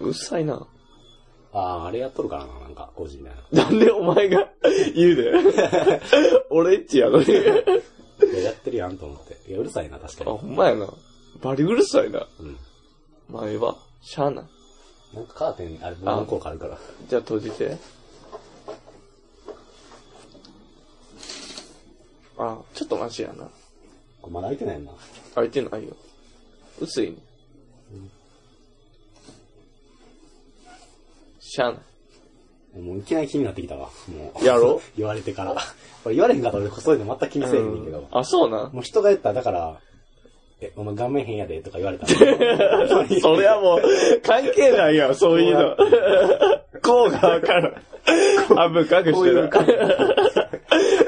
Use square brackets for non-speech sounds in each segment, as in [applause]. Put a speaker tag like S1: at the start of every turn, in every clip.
S1: うっさいな。
S2: ああ、あれやっとるからな、なんか、5時ね。
S1: なんでお前が言うで。俺っちやのに。
S2: いややってるやんと思って。いや、うるさいな、確か
S1: あ、
S2: に。
S1: ほんまやな。バリうるさいな。
S2: うん。
S1: まあ、ええわ。しゃあない。
S2: なんかカーテン、あれ、向こうからあるから。
S1: じゃあ閉じて。あ、ちょっとマジやな。
S2: これまだ開いてないな。
S1: 開いてないよ。薄いね。しゃあない。
S2: もういきなり気になってきたわ。もう。
S1: やろ
S2: [laughs] 言われてから。俺言われへんかったら俺そういうの全く気にせえへんねんけど。
S1: あ、そうな。
S2: もう人が言ったら、だから、え、お前顔面変やでとか言われ
S1: [laughs]
S2: たら。本当に
S1: それはもう、関係ないやん、 [laughs] そういうの。 [laughs] こうがわかる。あ、ぶかく
S2: こ
S1: して
S2: ういう
S1: る。
S2: 感じ。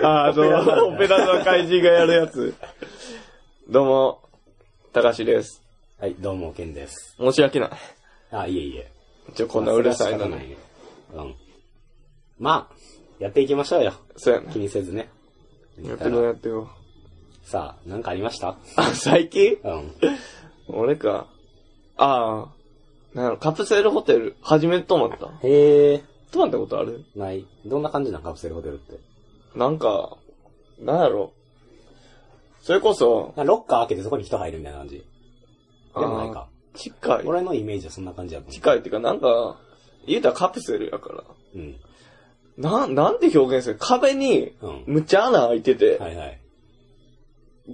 S1: あ、あの、オペラの怪人がやるやつ。どうも、たかしです。
S2: はい、どうも、ケンです。
S1: 申し訳ない。
S2: あ、いえいえ。
S1: ちょ、こんなうるさいの
S2: まあ
S1: に。。
S2: それは仕方ないようん。まあ、やっていきましょうよ。
S1: そうやな
S2: 気。にせずね。
S1: やってろやってよ。
S2: さあ、なんかありました
S1: あ、最近
S2: うん。
S1: 俺か。ああ、なんやろ、カプセルホテル、初めて泊まった。
S2: へえ。
S1: 泊まったことある
S2: ない。どんな感じなんカプセルホテルって。
S1: なんか、なんやろ。それこそ、
S2: なんかロッカー開けてそこに人入るみたいな感じ。でもないか。
S1: 近い。
S2: 俺のイメージはそんな感じやと思
S1: 近いっていうか、なんか、言うたらカプセルやから。
S2: う。うん。
S1: な、なんて表現する壁に、
S2: うん。
S1: むっちゃ穴開いてて、
S2: はいはい。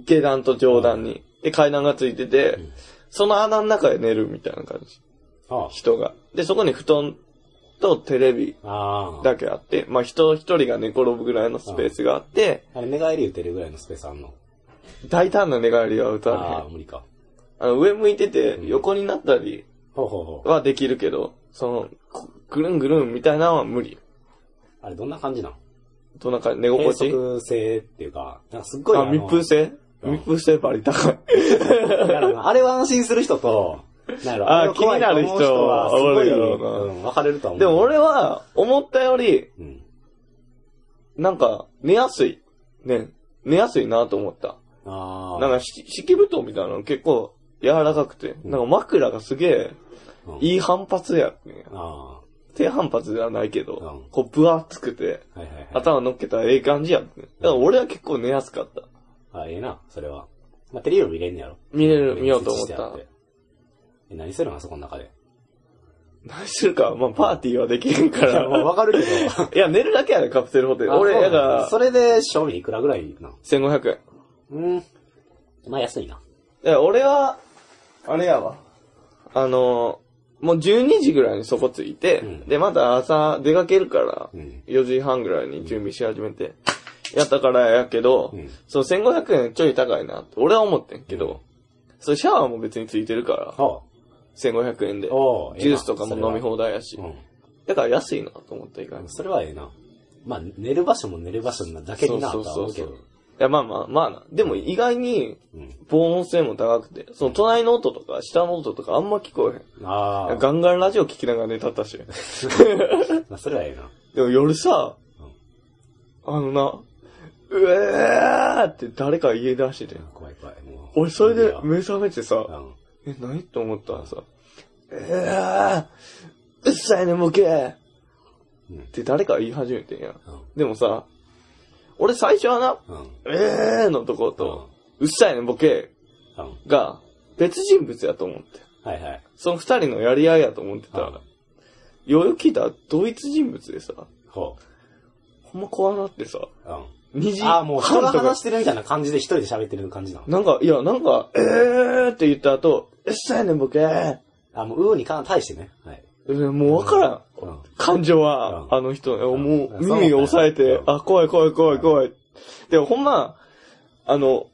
S1: 下段と上段に。で、階段がついてて、
S2: うん
S1: その穴の中で寝るみたいな感じ。
S2: あ
S1: 人が。で、そこに布団とテレビ
S2: あ。ああ。
S1: だけあって、まあ人一人が寝転ぶぐらいのスペースがあって、
S2: あれ、寝返り打てるぐらいのスペースあんの。
S1: 大胆な寝返りは打たれへ
S2: ああ、
S1: ん。
S2: 無理か。
S1: あの、上向いてて
S2: う、ん
S1: 横になったり
S2: ほうほうほう。
S1: はできるけど、その、こぐるんぐるんみたいなのは無理。
S2: あれ、どんな感じなの
S1: どんな感じ、寝
S2: 閉
S1: 心地
S2: 塞性っていうか、なんかすっごい
S1: あ、
S2: の
S1: 密封性
S2: うん
S1: 密封性バリ高い。
S2: だからあれは安心する人と、なんやろ
S1: あー
S2: あれは怖いと思う人は、すご
S1: 気になる人はお
S2: い、
S1: るやろう
S2: うん、分かれるとは思う。
S1: でも、俺は、思ったより、
S2: うん。
S1: なんか、寝やすい。ね。寝やすいなと思った。
S2: ああ。
S1: なんか、し敷布団みたいなの結構柔らかくて、
S2: うん
S1: なんか枕がすげえ、
S2: うん、
S1: いい反発やね。
S2: あ
S1: 低反発ではないけ
S2: う
S1: ど
S2: ん、
S1: こう、分厚くて、
S2: あ。はいはいはい。
S1: 頭乗っけたらええ感じやね。だから俺は結構寝やすかった。
S2: あ、ええな、それは。まあ、テレビも見れんねやろ。
S1: 見れる見ようと思った
S2: 設置してあて。え、何するのあそこの中で。
S1: 何するか、まあパーティーはできへんか
S2: いや、 [laughs] まあ
S1: ら。
S2: わかるけ
S1: いや、寝るだけやね、カプセルホテル。
S2: ど。
S1: 俺、
S2: あ
S1: だ
S2: そうなの
S1: か
S2: それで、賞味いくらぐらいなの
S1: ら、1500円。
S2: うん。まあ、安いな。
S1: いや、俺は、あれやわ。あのー、もう12時ぐらいにそこ着いて、
S2: うん
S1: で、また朝出かけるから、
S2: うん。
S1: 4時半ぐらいに準備し始めて、やったからやけど、
S2: うん
S1: そう、1500円ちょい高いなって、俺は思ってんけど、それシャワーも別についてるから、
S2: あ
S1: 1500円で。
S2: あ。お
S1: ジュースとかも飲み
S2: 放
S1: 放題やし。
S2: うん。
S1: だから安いなと思った意外に。い
S2: それはええな。まあ、寝る場所も寝る場所なだけになとは思うけ
S1: そう
S2: ど。
S1: や、まあまあ、まあな。でも意外に、
S2: うん。
S1: 防音性も高くて、その隣の音とか、下の音とかあんま聞こえへん。
S2: ああ。
S1: ガンガンラジオ聞きながら寝たったし。
S2: まあ、それはええな。
S1: でも夜さ、あのな、うえーって誰か言い出してて
S2: うん。怖い怖い。もう。
S1: 俺それで
S2: うん。
S1: 目覚めて
S2: う
S1: さ、
S2: ん
S1: え、何と思ったらさ、うえーうっさいね、向けっ
S2: うん。
S1: て誰か言い始めてんや。
S2: うん。
S1: でもさ、俺最初はな、
S2: うん。
S1: えーのとこと、うっさいね、ボケ
S2: うん。
S1: が別人物やと思って。
S2: はいはい。
S1: その二人のやり合いやと思ってた
S2: うん
S1: ら、よく聞いたら同一人物でさ、
S2: ほ
S1: ほんま怖なってさ、
S2: う。うん。
S1: 二時
S2: ああ、もう人
S1: 半
S2: が
S1: とか
S2: 話してるみたいな感じで一人で喋ってる感じなの。
S1: なんか、いや、なんか、えーって言った後、えっさやねん、ボケー
S2: あ、もう、うーにか対してね。はい。
S1: えーもうわからん。
S2: うん。
S1: 感情は、
S2: うん
S1: あの人、
S2: ん
S1: も
S2: そうう思ったよ
S1: 耳を押さえて
S2: う、ん
S1: あ、怖い怖い怖い怖い。でもほんま、あの、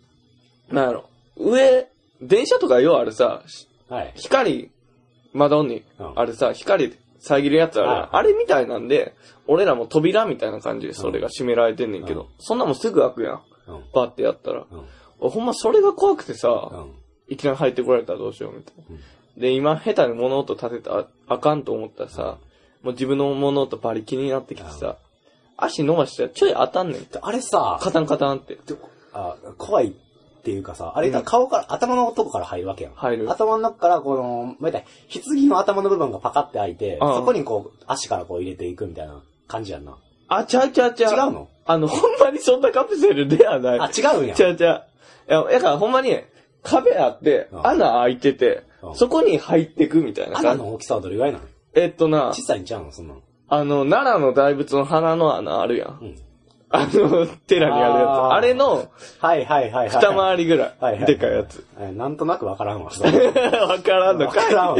S1: なんやろ、上、電車とかようあるさ、し
S2: はい。
S1: 光、窓に
S2: うん、
S1: あれさ、光遮るやつあるや
S2: はい
S1: ん。あれみたいなんで、俺らも扉みたいな感じでそれが閉められてんねんけ
S2: うん
S1: ど、そんなもんすぐ開くやん。
S2: うん。
S1: バってやったら。
S2: うん。
S1: 俺ほんまそれが怖くてさ、
S2: うん。
S1: いきなり入ってこられたらどうしようみたいな。
S2: うん
S1: で、今、下手に物音立てたらあかんと思ったらさ、もう自分の物音バリ気になってきてさ、足伸ばしたらちょい当たんねん。
S2: あれさ、
S1: カタンカタンって。
S2: あ怖いっっていうかさ、あれだ顔から、頭のとこから入るわけやん。
S1: 入る
S2: 頭の中から、この、またい、棺の頭の部分がパカって開いて、
S1: うん
S2: そこにこう、足からこう入れていくみたいな感じやんな。
S1: あ、ちゃうちゃうちゃ
S2: 違
S1: う。
S2: うの
S1: あの、ほんまにそんなカプセルではない。
S2: あ、違うんや。
S1: ちゃうちゃう。いや、だからほんまに、壁あって、
S2: うん
S1: 穴開いてて
S2: う、ん
S1: そこに入ってくみたいな
S2: 穴
S1: 感じ。
S2: の大きさはどれぐらいなの
S1: えっとな
S2: 小、さいんちゃうのそんなの。
S1: あの、奈良の大仏の鼻の穴あるやん。
S2: うん。
S1: あの、寺にあるやつ。
S2: あー
S1: あれの
S2: はいはいはいはい。
S1: 二回りぐら
S2: はいはいい。
S1: でかいやつ。
S2: え。なんとなくわからん
S1: [laughs]
S2: わ。[laughs]
S1: わからんの
S2: わ
S1: か
S2: か
S1: い。
S2: らんわ。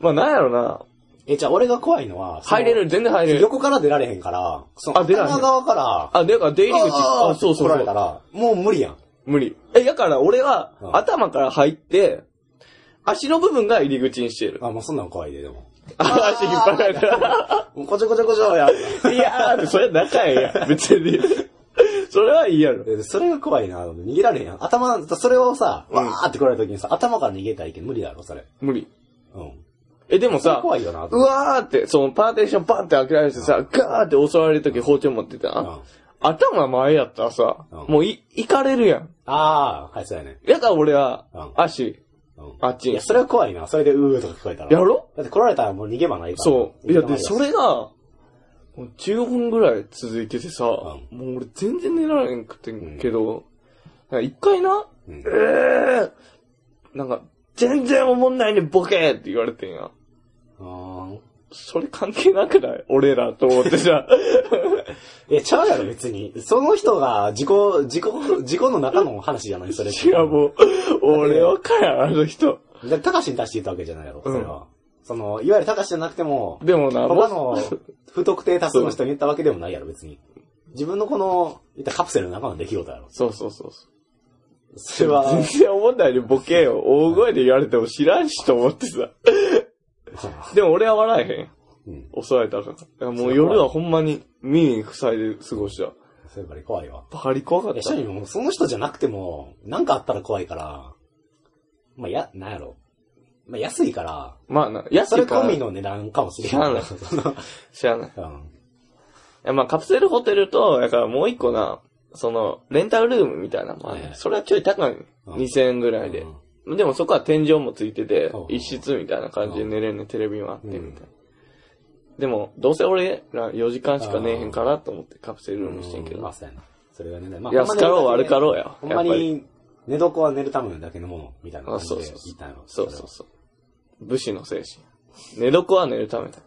S1: まあなんやろな。
S2: え、じゃあ俺が怖いのは、その
S1: 入れる、全然入れる。
S2: 横から出られへんから、その
S1: あ出られへん
S2: 頭側から、
S1: あ、でから出入り口、あ、そうそうそ
S2: 来られた
S1: う。
S2: ら、もう無理やん。
S1: 無理。え、だから俺は
S2: う、ん
S1: 頭から入って、足の部分が入り口にしてる。
S2: あ、もうそんなん怖いで、でも。
S1: あ [laughs] 足引っ張られたら。
S2: もうこちょこちょこちょや。
S1: [laughs] いやー、それ仲ええやん、別 [laughs] に。それはいいやろ。
S2: えそれが怖いな。逃げられへんやん。頭、それをさ、
S1: うん
S2: わーって来られた時にさ、頭から逃げたいけど無理だろ、それ。
S1: 無理。
S2: うん。
S1: え、でも
S2: それ
S1: さ、
S2: 怖いよな。
S1: うわーって、そのパーテーションバンって開けられてさ、ガーって襲われるとき包丁持ってた
S2: うん。
S1: な
S2: あ。
S1: 頭前やったらさ
S2: うん、
S1: もうい、行かれるやん。
S2: あー、はい、そうやね。
S1: だから俺は
S2: うん、
S1: 足、
S2: うん。
S1: あっち
S2: い
S1: に
S2: や、。それは怖いな。それでうーとか聞こえたら。
S1: やろ
S2: だって来られたらもう逃げ場ないから。
S1: そう。いや、で、そ
S2: れ。
S1: れが、もう15分ぐらい続いててさ、も
S2: う
S1: う俺全然寝られんくてんけど、なんか一回な、
S2: うん
S1: えー、なんか、全然おもんないね、ボケーって言われてんや。
S2: うーん。
S1: それ関係なくない俺らと思ってさ。
S2: [laughs] いや、ちゃうやろ、別に。その人が、自己、自己、自己の中の話じゃない、それって。
S1: いや、もう、俺わからん、あの人。
S2: で、高しに対して言ったわけじゃないやろ、
S1: うん
S2: それは。その、いわゆる高しじゃなくても、
S1: でもな、
S2: 他
S1: も
S2: の不特定多数の人に言ったわけでもないやろ、別に。自分のこの、言ったカプセルの中の出来事やろ。
S1: そうそうそうそう。
S2: それは、
S1: 全然おもんないね、ボケーを大声で言われても知らんしと思ってさ。でも俺は笑えへん。
S2: うん。
S1: 襲われたから。いやもう夜はほんまに耳塞いで過ごした。
S2: それやっぱり怖いわ。
S1: バカリ怖かっ
S2: いや、
S1: た
S2: し。にも、その人じゃなくても、なんかあったら怖いから、まあ、や、なんやろ。まあ、安いから、
S1: まあな、安
S2: それ
S1: いから
S2: 込みの値段かもしれん
S1: 知
S2: その
S1: 知らない。い
S2: [laughs] うん。
S1: やまあカプセルホテルと、だからもう一個な、その、レンタルルームみたいなのもある
S2: はいはい
S1: それはちょい高い。
S2: うん
S1: 2000円ぐらいで。
S2: うん
S1: でもそこは天井もついてて
S2: うん、
S1: 一室みたいな感じで寝れんね、テレビもあってみたいな
S2: うん。
S1: でも、どうせ俺ら4時間しか寝えへんからと思ってカプセルルームしてんけ
S2: まあ、
S1: ど。
S2: そうやな。それがね、まあ、
S1: 安かろう悪かろうや。
S2: ほんま
S1: やっぱり
S2: に、寝床は寝るためだけのもの、みたいな感じで
S1: あそうそうそう
S2: 言ったんやろ。
S1: そうそうそう。武士の精神。寝床は寝るためだ。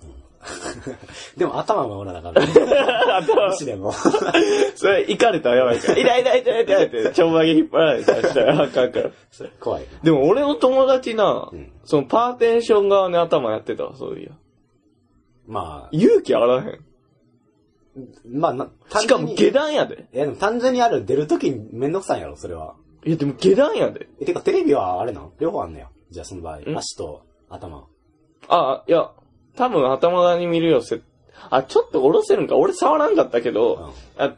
S2: でも頭はおらなか
S1: [laughs]
S2: った。 [laughs] 頭しでも。
S1: それ、行かれたらやばいから。痛い痛い痛い痛いって、ちょんまげ引っ張られたりしたらあかんから。
S2: それ怖い。
S1: でも俺の友達な、
S2: うん
S1: そのパーテーション側に頭やってたわ、そういや。
S2: まあ、
S1: 勇気あらへん。
S2: まあ、な
S1: しかも
S2: 単純に
S1: 下段やで。
S2: いや、でも単純にある出るときにめんどくさいんやろ、それは。
S1: いや、でも下段やで。
S2: え、てかテレビはあれなの両方あんねや。じゃあその場合、足と頭。
S1: あ、いや、多分頭側に見るよ、せ。あ、ちょっと下ろせるんか。俺触らんかったけ
S2: うん
S1: ど、あ、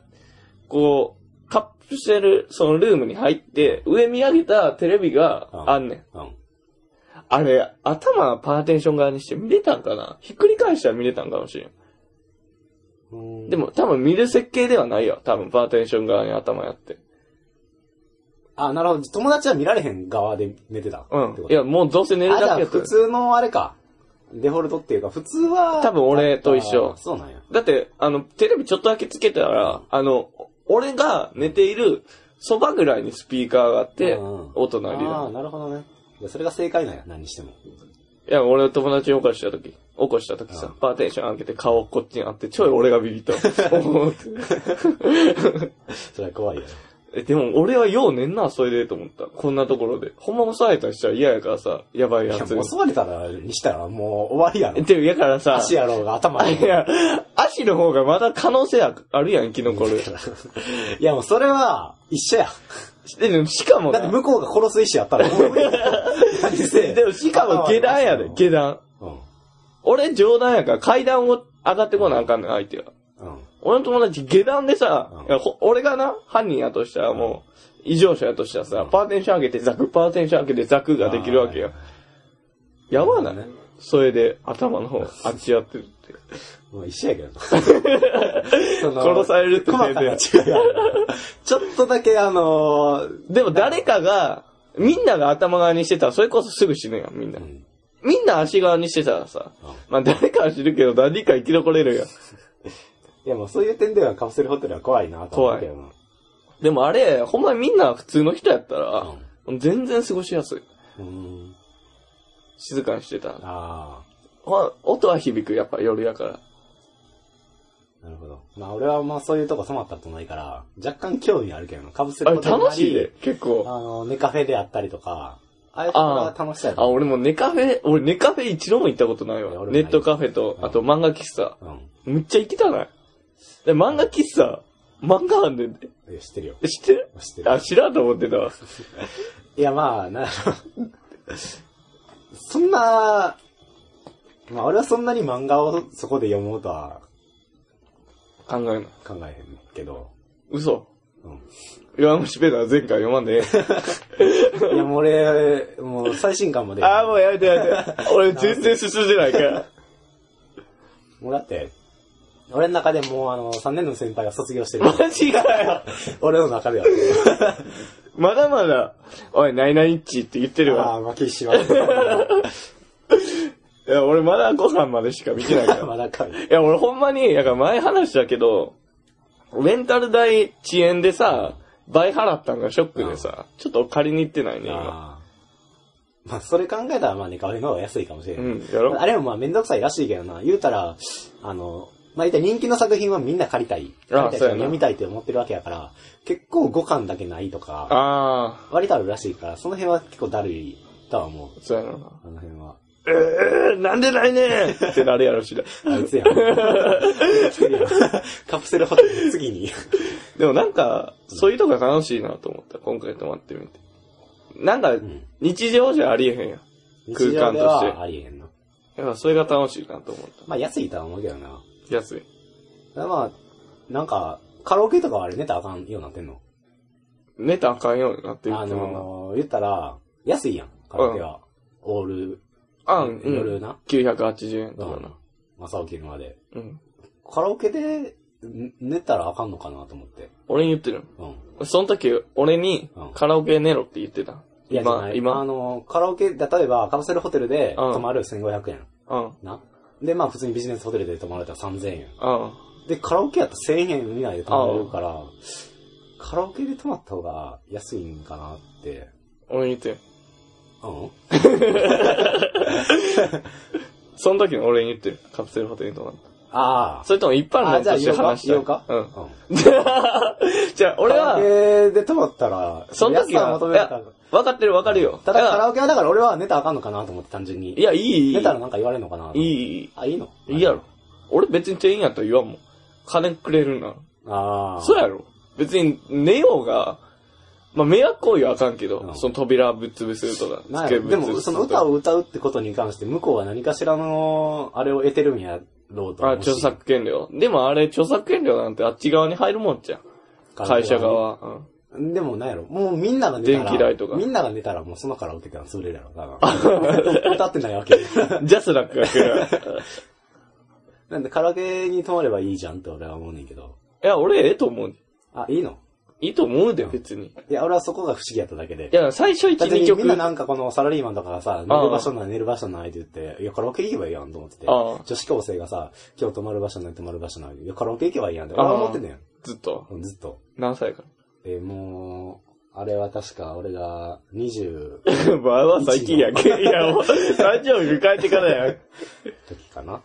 S1: こう、カプセル、そのルームに入って、上見上げたテレビが
S2: うん
S1: あんねん。
S2: うん。
S1: あれ、頭パーテンション側にして見れたんかなひっくり返したら見れたんかもしれん。
S2: うん
S1: でも多分見る設計ではないよ。多分パーテンション側に頭やって。
S2: あ、なるほど。友達は見られへん側で寝てた。
S1: うん
S2: ってこ。
S1: い
S2: と
S1: や、もうどうせ寝る
S2: あ、じゃ
S1: だ
S2: あ
S1: けやった
S2: 普通のあれか。デフォルトっていうか、普通は。
S1: 多分俺と一緒
S2: あそうなんや。
S1: だって、あの、テレビちょっとだけつけたら、あの、俺が寝ているそばぐらいにスピーカーがあって
S2: うんうん、
S1: 音鳴り
S2: ああ、
S1: だ。
S2: なるほどね。いやそれが正解なんや、何にしても。
S1: いや、俺友達に起こした時、起こした時
S2: う
S1: さ
S2: ん、
S1: パーテンション開けて顔こっちにあって、ちょい俺がビビ
S2: [laughs]
S1: った。思って
S2: それは怖いよね。
S1: え、でも俺はよう寝んな、それでと思った。こんなところで。ほんま抑えたりしたら嫌やからさ、やばい
S2: い
S1: や
S2: や、
S1: つ
S2: もう。襲われたら、にしたらもう終わりや [laughs]
S1: え
S2: ろ。
S1: でも、やからさ、
S2: 足やろうが頭や
S1: い
S2: ろうが
S1: や、足の方がまだ可能性ああるやん、生き残る。
S2: いや、もうそれは、一緒や。
S1: [laughs] ででも、しかも
S2: だ
S1: な
S2: って向こうが殺す意思やったら、もう無理や何せ [laughs]
S1: でも、しかも下段やで、下段。
S2: うん。
S1: 俺上段やから階段を上がってこなあかんねん、相手が。
S2: うん。
S1: 俺の友達下段でさ、
S2: うん
S1: いやほ俺がな、犯人やとしたらもう、異常者やとしたらさ、パーテンション上げてザク、パーテンション上げてザクができるわけよ。やばない
S2: ね。
S1: それで頭の方、あっちやってる [laughs] って。
S2: まあ一緒や [laughs] けどな。その
S1: 殺されるって
S2: 細かな違いがあるちょっとだけあのー
S1: でも誰かが、みんなが頭側にしてたら、それこそすぐ死ぬやん、みんな
S2: う。ん
S1: みんな足側にしてたらさ
S2: うん、
S1: まあ誰かは死ぬけど、誰か生き残れるやん。
S2: いやもうそういう点ではカプセルホテルは怖いなと思うけどな。
S1: でもあれ、ほんまにみんな普通の人やったら
S2: うん、
S1: 全然過ごしやすい。
S2: うん。
S1: 静かにしてたら。
S2: あ
S1: ほ音は響く、やっぱ夜やから。
S2: あ、なるほど。まあ俺はまあそういうとこ染まったことないから、若干興味あるけどな。カプセ
S1: あれ
S2: ルホテルなり
S1: 楽しいで、結
S2: あ
S1: 構。
S2: の、ネカフェであったりとか、ああいうとこが楽しさや
S1: あ、
S2: と思う
S1: 俺もネカフェ、俺ネカフェ一度も行ったことない
S2: いや
S1: わ。
S2: 俺も
S1: ネ
S2: な
S1: ッ
S2: い
S1: トカフェと、あと漫画喫茶。
S2: うん。
S1: むっちゃ行きたない。で、漫画喫茶、漫画班で、
S2: いや知ってるよ。
S1: 知ってる
S2: 知ってる
S1: あ、。知らんと思ってたわ。
S2: いや、まあ、なるほど。そんな、まあ、俺はそんなに漫画をそこで読もうとは
S1: 考えない。
S2: 考えへんけど。
S1: 嘘。
S2: うん。
S1: 弱虫ペダは前回読まんでえ
S2: いや、もう俺、もう最新刊ま
S1: え。
S2: で。
S1: ああ、もうやめてや [laughs] めて。俺全然進んでないから。
S2: もうだって、俺の中でもうあの、3年の先輩が卒業して
S1: [laughs]
S2: る。
S1: マジかよ。
S2: 俺の中では。
S1: まだまだ、おい、ナイナイッチって言ってる
S2: あ
S1: わ。
S2: あ、負けしまう
S1: いや、俺まだご飯までしか見てない [laughs] から。
S2: [laughs] まだかい。
S1: いや、俺ほんまに、だから前話したけど、レンタル代遅延でさ、倍払ったんがショックでさ、ちょっと借りに行ってないね、今。
S2: あーまあ、それ考えたら、まあ、ネカフェの方が安いかもしれ
S1: う
S2: ない。
S1: ん、やろ
S2: あれもまあめんどくさいらしいけどな、言うたら、あの、まあ、たい人気の作品はみんな借りたい。
S1: あ
S2: 借りたい
S1: そうやな
S2: 読みたいって思ってるわけやから、結構5巻だけないとか、
S1: あ
S2: 割とあるらしいから、その辺は結構だるいとは思う
S1: あ、。そうやろな。
S2: あの辺は。
S1: えー、なんでないねんってなるやろしな。
S2: あい
S1: [laughs]
S2: つやん。あいつやんカプセルホテルの次に。
S1: でもなんか、そういうとこが楽しいなと思った。今回泊まってみて。なんか、
S2: ん
S1: 日常じゃありえへんやん。空間として
S2: 日常ではありえへんな。
S1: やっぱそれが楽しいなと思っ
S2: まあ安いとは思うけどな。
S1: た。安い。
S2: ただまあ、なんか、カラオケとかはあれネタあかんようになってんの
S1: 寝たらあかんようになってる
S2: あ
S1: っても
S2: のー、言ったら、安いやん、カラオケは。オール、
S1: な。あん、う
S2: 夜
S1: ん。
S2: な。
S1: 980円と
S2: う
S1: か
S2: ん
S1: な。。
S2: 朝起きるまで。
S1: うん。
S2: カラオケでん寝たらあかんのかなと思って。
S1: 俺に言ってる。
S2: うん。
S1: その時、俺に
S2: うん、
S1: カラオケ寝ろって言ってた。
S2: いや、じゃ
S1: 今
S2: な、いあ
S1: 今。
S2: の、カラオケ、例えばカプセルホテルで
S1: うん
S2: 泊まる1500円。
S1: うん。うん。
S2: な。で、まあ普通にビジネスホテルで泊まれたら3000円。
S1: あ
S2: で、カラオケやったら1000円以内で泊まれるから、カラオケで泊まった方が安いんかなって。
S1: 俺に言ってる。
S2: うん
S1: その時の俺に言ってる。カプセルホテルに泊まっ
S2: あ
S1: た。それとも一般
S2: あ。あ、
S1: 論
S2: じゃあ
S1: として
S2: 言おうか
S1: 話し
S2: 言おう
S1: た
S2: か
S1: い。うん。
S2: うん。
S1: じゃあ、俺
S2: カラオ
S1: は、
S2: ケで泊まったら、
S1: その時
S2: 安さ
S1: は
S2: 求、
S1: い
S2: められた
S1: や、分かってる分かるよ。
S2: ただ
S1: いや
S2: カラオケはだから俺は寝たらあかんのかなと思って単純に。
S1: いや、いい、いい
S2: 寝たらなんか言われるのかなと思って
S1: いい、
S2: あ、いいの
S1: いいやろ。俺別に店員やったら言わんもん。金くれるな。
S2: ああ。
S1: そうやろ。別に寝ようが、まあ、迷惑行為はあかんけ
S2: う
S1: ど、
S2: ん
S1: その扉ぶっ潰すとか、
S2: なん
S1: 机
S2: や
S1: ぶ
S2: ろ
S1: っ潰
S2: で
S1: す
S2: も、その
S1: とか
S2: 歌を歌うってことに関して、向こうは何かしらの、あれを得てるんやろうと
S1: あ、
S2: 思うし。
S1: 著作権料。でもあれ、著作権料なんてあっち側に入るもんじゃん。会社側。うん
S2: でも、なんやろ。もうみんなが寝たら。
S1: 電気代とか
S2: みんなが寝たら、もうそのカラオケってのは潰れるやろ。だ
S1: [laughs]
S2: から。歌ってないわけ。 [laughs]
S1: ジャスラックが来る。
S2: なんで、カラオケに泊まればいいじゃんって俺は思うねんけど。
S1: いや、俺、ええと思う。
S2: あ、いいの
S1: いいと思うで、別に。
S2: いや、俺はそこが不思議やっただけで
S1: い。や、最初1、
S2: だって
S1: 2
S2: みんな
S1: 曲。
S2: なんかこのサラリーマンとかがさ、寝る場所ない寝る場所ないって言って、いや、カラオケ行けばいいやんと思ってて、
S1: ああ
S2: 女子高生がさ、今日泊まる場所ない泊まる場所ない、いや、カラオケ行けばいいやんって俺は思ってんねん。
S1: ずっと。
S2: うんずっと。
S1: 何歳か。 [laughs]
S2: えーもう、あれは確か俺が20
S1: まあまあ最近やんけ。いや、もう、誕生日迎えてから
S2: [laughs]
S1: やん。
S2: 時かな。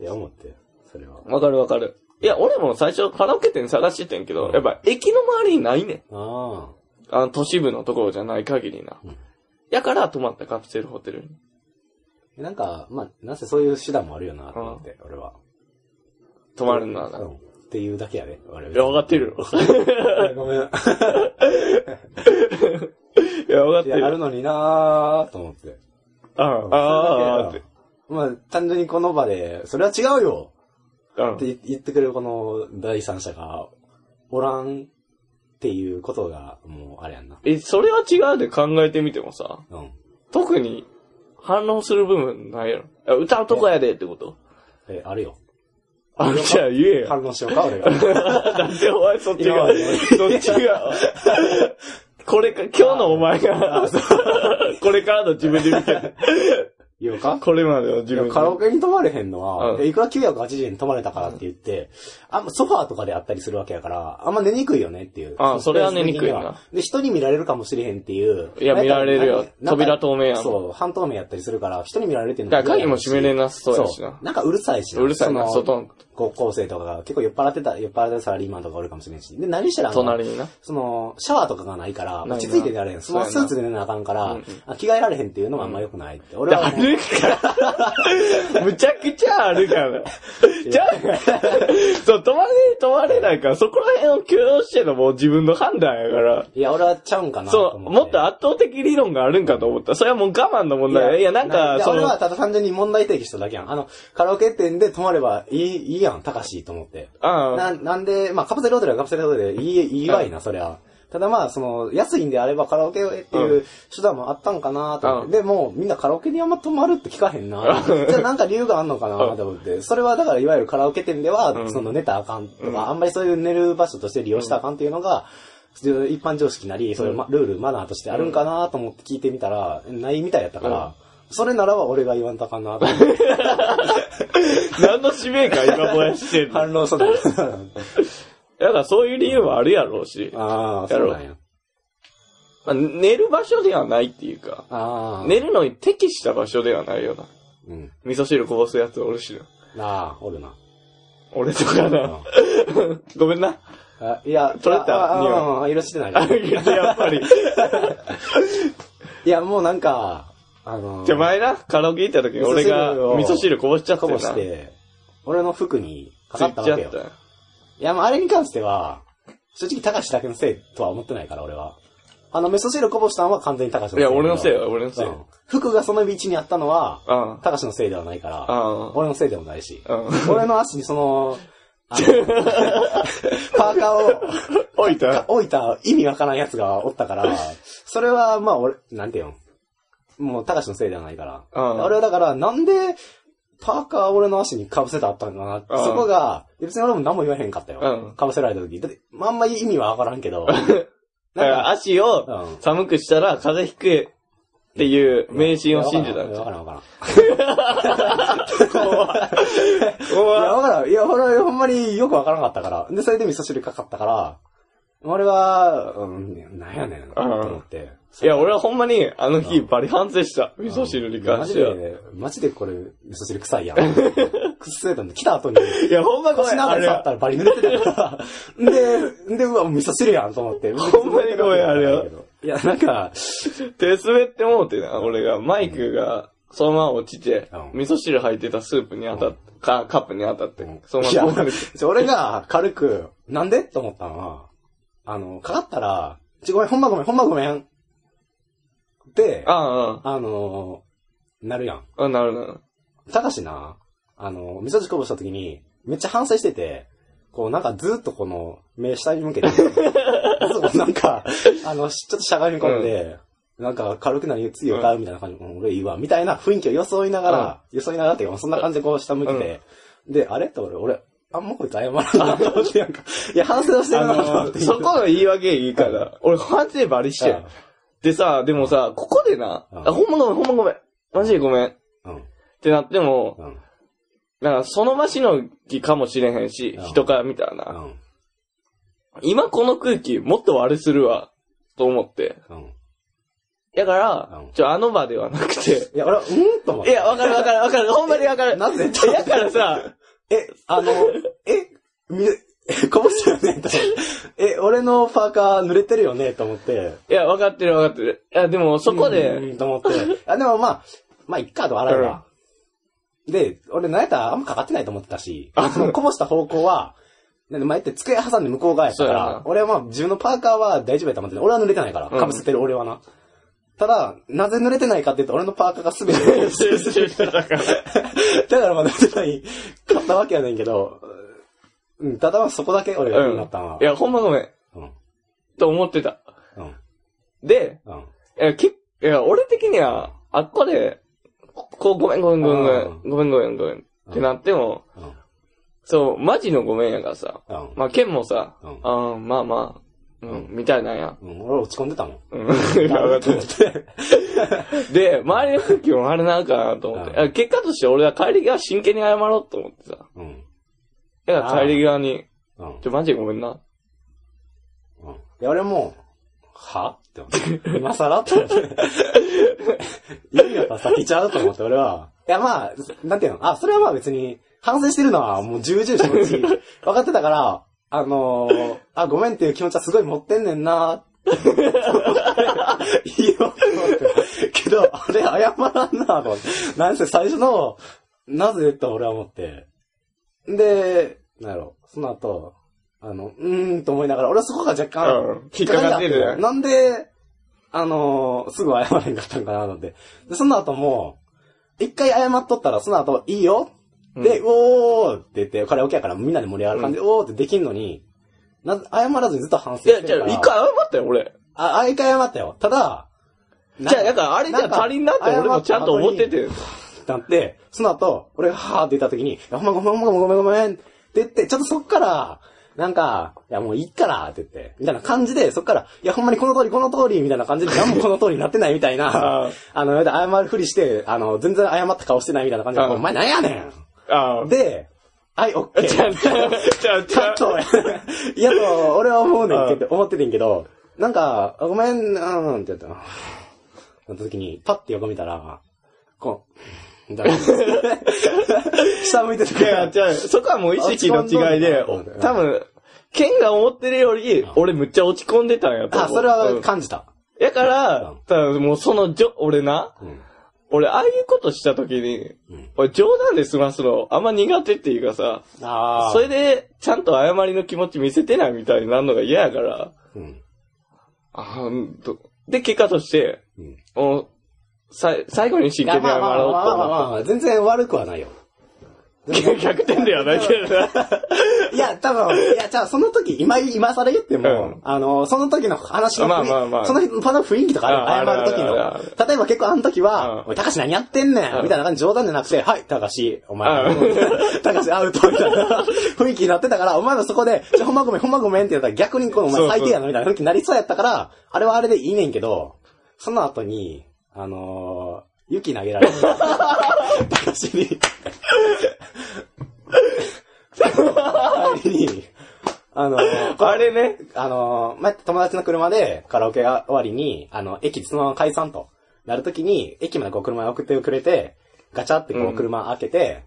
S2: いや、思って、それは。
S1: わかるわかる。いや、俺も最初カラオケ店探してんけど、やっぱ駅の周りにないねん。
S2: あ
S1: あの、都市部のところじゃない限りな
S2: うん。
S1: やから泊まったカプセルホテルに。
S2: あ。なんか、まあ、なぜそういう手段もあるよな、と思って、俺は。
S1: 泊まるのはな
S2: うん。っていうだけやで、俺は。
S1: いや、わかってるよ。
S2: る。 [laughs] ご
S1: [laughs]
S2: めん。
S1: いや、わかって
S2: い
S1: る
S2: や、あ
S1: よ。
S2: るのになーと思って。
S1: ああ、ああ、ああ、って。
S2: まあ、単純にこの場で、それは違うよ
S1: うん
S2: っ。て言ってくれるこの第三者が、おらんっていうことが、もう、あれやんな。
S1: え、それは違うで考えてみてもさ、
S2: うん。
S1: 特に反論する部分ないやろ。あ歌うとこやでってこと
S2: え、あるよ。
S1: あ、じゃあ言えよ。
S2: 反論しようか、俺が。
S1: だってお前そっち
S2: 今
S1: が
S2: まで、
S1: どっちが、これか、今日のお前が、 [laughs] これからの自分で見て、
S2: 言おうか
S1: これまでの自
S2: いや
S1: 分
S2: カラオケに泊まれへんのは、
S1: うん
S2: えいくら980円に泊まれたからって言って、あんまソファーとかであったりするわけやから、あんま寝にくいよねっていう。
S1: あそれは寝にくいな
S2: スペース的にはで、人に見られるかもしれへんっていう。
S1: いや見られるよ
S2: なんか
S1: 扉透明やもん
S2: そう、半透明やったりするから、人に見られてるの
S1: だから鍵も閉めれなさそうやしな
S2: なんかうるさいしな。
S1: うるさいな
S2: その
S1: 外の
S2: 高校生とかが結構酔っ払ってた、酔っ払ってたサラリーマンとかおるかもしれんし。で、何したらあの
S1: 隣にな。
S2: その、シャワーとかがないから、
S1: ないな
S2: 落ち着いて寝られへん。そのスーツで寝なあかんから、
S1: そうや
S2: あ着替えられへんっていうのがあんま良くないって。俺は
S1: だ
S2: もう
S1: るいから。むちゃくちゃあるから。じゃあ、そう、止まれ、止まれないから、そこら辺を許容してのもう自分の判断やから。
S2: いや、俺はちゃうんかなと
S1: そう、
S2: 思って。
S1: もっと圧倒的理論があるんかと思った。それはもう我慢の問題。いや、なんか、そ
S2: 俺は
S1: の、
S2: ただ単純に問題提起しただけやん。あの、カラオケ店で泊まればいい、いいやん、高しいと思って。
S1: あ
S2: な、なんで、まあ、カプセルホテルはカプセルホテルでいい、いいわいな、そりゃ。ただまあ、その、安いんであればカラオケへっていうう手段もあったんかなと思っ
S1: うん
S2: て。でも、みんなカラオケにあんま泊まるって聞かへんな
S1: うん
S2: じゃあなんか理由があんのかなと思って。それはだから、いわゆるカラオケ店で
S1: う
S2: は、
S1: ん
S2: その寝たらあかんと
S1: うん
S2: か、あんまりそういう寝る場所として利用したらあかんっていうのが、一般常識なり、そういうまルール、マナーとしてあるんかなと思って聞いてみたら、ないみたいやったか
S1: うん
S2: ら、それならば俺が言わんとあかんなと
S1: [laughs]
S2: 思って。
S1: あ、何の使命感今燃やしてんの
S2: 反
S1: [laughs]
S2: 論そうだ。
S1: だからそういう理由はあるやろうし、
S2: ああ、そうなんや。
S1: まあ、寝る場所ではないっていうか、
S2: ああ。
S1: 寝るのに適した場所ではないよな。
S2: うん。
S1: 味噌汁こぼすやつおるしな。
S2: ああ、おるな。
S1: 俺とかな。ごめん [laughs] な。
S2: あいや、
S1: 取れた
S2: ああ
S1: 匂い
S2: ああ許してな
S1: [laughs]
S2: い。
S1: やっぱり。
S2: いや、もうなんか、あの、
S1: じゃ、前な、カラオケ行った時に俺が
S2: 味噌汁を
S1: 味噌汁こぼしちゃって
S2: こ
S1: な。
S2: ぼして、俺の服にか
S1: つ
S2: か
S1: い
S2: った
S1: ち
S2: わ
S1: ゃ
S2: け
S1: っ
S2: よ。
S1: た。
S2: いや、まああれに関しては、正直、高橋だけのせいとは思ってないから、俺は。あの、味噌汁こぼしたのは完全に高橋のせい。
S1: いや、俺のせいよ、俺のせい
S2: うん
S1: よ。
S2: 服がその道にあったのは、
S1: うん。
S2: 高橋のせいではないから、
S1: うん。
S2: 俺のせいでもないし。
S1: うん。
S2: 俺の足にその、あの
S1: [laughs]
S2: パーカーを、
S1: 置い
S2: か
S1: た
S2: 置いた意味わからんやつがおったから、それはまあ俺、なんていうのもう、高しのせいではないから。
S1: うん
S2: 俺はだから、なんで、パーカー俺の足に被せてあったんかなって
S1: うん
S2: そこが、別に俺も何も言わへんかったよ。
S1: う
S2: 被せられた時。だって、まああんまり意味はわからんけ
S1: [laughs]
S2: ど。
S1: だから足を
S2: うん
S1: 寒くしたら風邪ひくっていう迷信を信じたん
S2: い
S1: で
S2: や
S1: す
S2: わか
S1: よ。
S2: らんわから
S1: 怖っ
S2: ん。いや、わからん。いや、俺、ほんまによくわからんかったから。で、それで味噌汁かかったから、俺は、うん、なんやねん、と思って。
S1: いや、俺はほんまにあの日バリ反省した。味噌汁に関しては。
S2: マジで、マジでこれ、味噌汁臭いやん。 [laughs] 臭いだんで、来た後に、
S1: いや、ほんまごめ
S2: 腰
S1: ん。あ
S2: 長に
S1: れ
S2: 触ったらバリ濡れてたから。で、で、うわ、味噌汁やんと思
S1: [laughs]
S2: って。
S1: ほんまにごめんあれはい
S2: や、なんか、
S1: 手滑ってもうてな、俺が。マイクが、そのまま落ちて
S2: うん、
S1: 味噌汁入ってたスープに当たって、か、カップに当たって
S2: うん、
S1: そのま
S2: い
S1: ま
S2: や
S1: こぼれて。
S2: 俺が軽く、なんでと思ったのは、あの、かかったら、ちょ、ごめん、ほんまごめん、ほんまごめん。で、あ
S1: あ
S2: の、なるやん。
S1: あ、うん。あ、なるなる。
S2: たかしな、あの、味噌汁こぼした時に、めっちゃ反省してて、こうなんかずっとこの、目下に向けて、ず [laughs] っとなんか、あの、しちょっとしゃがみ込んで、なんか軽くなり次歌うみたいな感じ、うん、俺いいわ、みたいな雰囲気を装いながら、装いながらっていうか、そんな感じでこう下向いて、で、あれって俺、俺、あんまこいつ謝らんなと思って、なんか、いや、反省をして
S1: あ
S2: るなと思っ
S1: の、
S2: て。
S1: そこの言い訳いいから、俺反省バリして
S2: うん
S1: る。でさ、でもさ、ここでな、
S2: うん
S1: あ、ほんまごめん、ほんまごめん。マジでごめん。っ
S2: うん、
S1: てなっても、
S2: うん、
S1: なんかその場しのぎかもしれへんし
S2: うん、
S1: 人から見たら
S2: う
S1: な、
S2: ん、
S1: 今この空気もっと悪するわ、と思って。
S2: うん。
S1: だから
S2: うん、
S1: ちょ、あの場ではなく
S2: [laughs]
S1: て、
S2: いや、俺、うんと思っ
S1: い
S2: て。
S1: や、わかるわかるわかる。ほんまにわかる。
S2: [laughs] なぜ
S1: だからさ、
S2: え、あ
S1: [laughs]
S2: の、え、み、 [laughs] えこぼしたよねと思ってえ、俺のパーカー濡れてるよねと思って。
S1: いや、分かってる分かってる。いや、でもそこ
S2: う
S1: で、
S2: ん、と思って。あ、でもまあ、まあ、いっかと洗えば。で、俺、なんやったらあんまかかってないと思ってたし、そのこぼした方向は、なんで前って机挟んで向こう側やったか
S1: そうやな
S2: ら、俺はまあ自分のパーカーは大丈夫やと思ってて、俺は濡れてないから、
S1: うん
S2: かぶせてる俺はな。ただ、なぜ濡れてないかって言うと、俺のパーカーがすべ [laughs] てだからまあ濡れてない、買ったわけやねんけど、うん、ただまあそこだけ俺が気になったのは。
S1: いや、ほんまごめん。
S2: うん。
S1: と思ってた。
S2: うん。
S1: で、
S2: うん。
S1: いや、けいや俺的には、あっこで、こう、ごめんごめんごめんごめん
S2: う、
S1: ごめんごめんごめんってなっても、
S2: うん。
S1: そう、マジのごめんやからさ。
S2: うん。
S1: まあ、ケンもさ、
S2: うん
S1: あーまあまあ、うん、みたいなんや。
S2: うん、俺落ち込んでたもん。
S1: うん [laughs] で、周りの空気もあれなんかなと思って。
S2: う
S1: あ結果として俺は帰り際真剣に謝ろうと思ってさ。
S2: [laughs] うん。
S1: だから帰り際に、
S2: うん。
S1: ちょ、マジでごめんな。
S2: うん。いや、俺も、はって思って。 [laughs] 今更って思って。いいよ、先ちゃうと思って、俺は。いや、まあ、なんていうのあ、それはまあ別に、反省してるのはもう重々 [laughs] 承知。分かってたから、あのー、あ、ごめんっていう気持ちはすごい持ってんねんな。いいよ、と思って。けど、あれ、謝らんな、と思って。なんせ最初の、なぜと俺は思って。で、なんやろ、その後、あの、うーんと思いながら、俺はそこが若干、
S1: うん引っかかってるね
S2: なんで、あのーすぐ謝れんかったんかな、なんて。で、その後も、一回謝っとったら、その後、いいよで、おーって言って、カラオケやからみんなで盛り上がる感じで、おーってできんのに、な、謝らずにずっと反省
S1: い
S2: して
S1: や、
S2: る
S1: じゃ
S2: から。
S1: あ、一回謝ったよ、俺。
S2: あ、あ、一回謝ったよ。ただ、
S1: じゃあ、だからあれじゃ足りんなって俺もちゃんと思って。て。
S2: なって、その後、俺がはーって言った時に、いやほんまごめんごめんごめんごめんって言って、ちょっとそっから、なんか、いやもういいからって言って、みたいな感じで、そっから、いやほんまにこの通りこの通りみたいな感じで、何もこの通りになってないみたい
S1: [laughs] あ
S2: な
S1: ー、
S2: あの、謝るふりして、あの、全然謝った顔してないみたいな感じで、
S1: うん
S2: お前なんやね
S1: あ
S2: ん
S1: あ。
S2: で、はい、オッ
S1: [laughs]
S2: ケー。
S1: じゃあ、じゃあ、じゃあ、
S2: [laughs] ちょっと、いや、そう俺は思うねんって
S1: う
S2: 思っててんけど、なんか、あごめん、うん、って言ったの。なった時に、パッて横見たら、こう、だ [laughs] 下向いてた
S1: い
S2: か
S1: や、
S2: ら、
S1: じゃあ、そこはもう意識の違いで、
S2: 落ち込んどんな
S1: お多分、ケンが思ってるより、俺むっちゃ落ち込んでたんやと思う。
S2: あ、それ
S1: う
S2: は
S1: ん
S2: 感じた。
S1: やか
S2: う
S1: ら
S2: ん、
S1: 多分もうそのじょ、俺な、
S2: うん。
S1: 俺ああいうことした時に
S2: うん、
S1: 俺冗談で済ますの、あんま苦手っていうかさ、
S2: ああ。
S1: それで、ちゃんと謝りの気持ち見せてないみたいになるのが嫌やから、
S2: うん。
S1: あーんと。で、結果として、
S2: うん。い
S1: もう、さい、最後に真剣
S2: や、
S1: に謝
S2: まあまあま
S1: ろうと
S2: あまあま
S1: 思っ
S2: あまあ、全然悪くはないよ。
S1: て。逆転ではないけど
S2: [laughs]
S1: な。
S2: いや、多分、いや、じゃあ、その時、今、今更言っても、
S1: うん
S2: あの、その時の話の雰囲気、
S1: まあまあまあ
S2: その人の雰囲気とかある
S1: ああ
S2: 謝る時
S1: あるあるある
S2: の、例えば結構あの時
S1: うん
S2: は、おい、高し何やってんね
S1: うん
S2: んみたいな感じ冗談じゃなくて、はい、高し、お前
S1: う、
S2: [laughs] 高しアウトみたいな雰囲気になってたから、お前もそこで、ちょほんまごめん、ほんまごめんって言ったら逆にこのお
S1: そうそう
S2: 前最低やなみたいな雰囲気になりそうやったから、あれはあれでいいねんけど、その後に、あのー、雪投げられて、 [laughs] 高しに、帰りに、あの、
S1: [laughs] あれね。
S2: あの、ま、友達の車でカラオケが終わりに、あの、駅でそのまま解散となるときに、駅までこう車に送ってくれて、ガチャってこ
S1: う
S2: うん車開けて、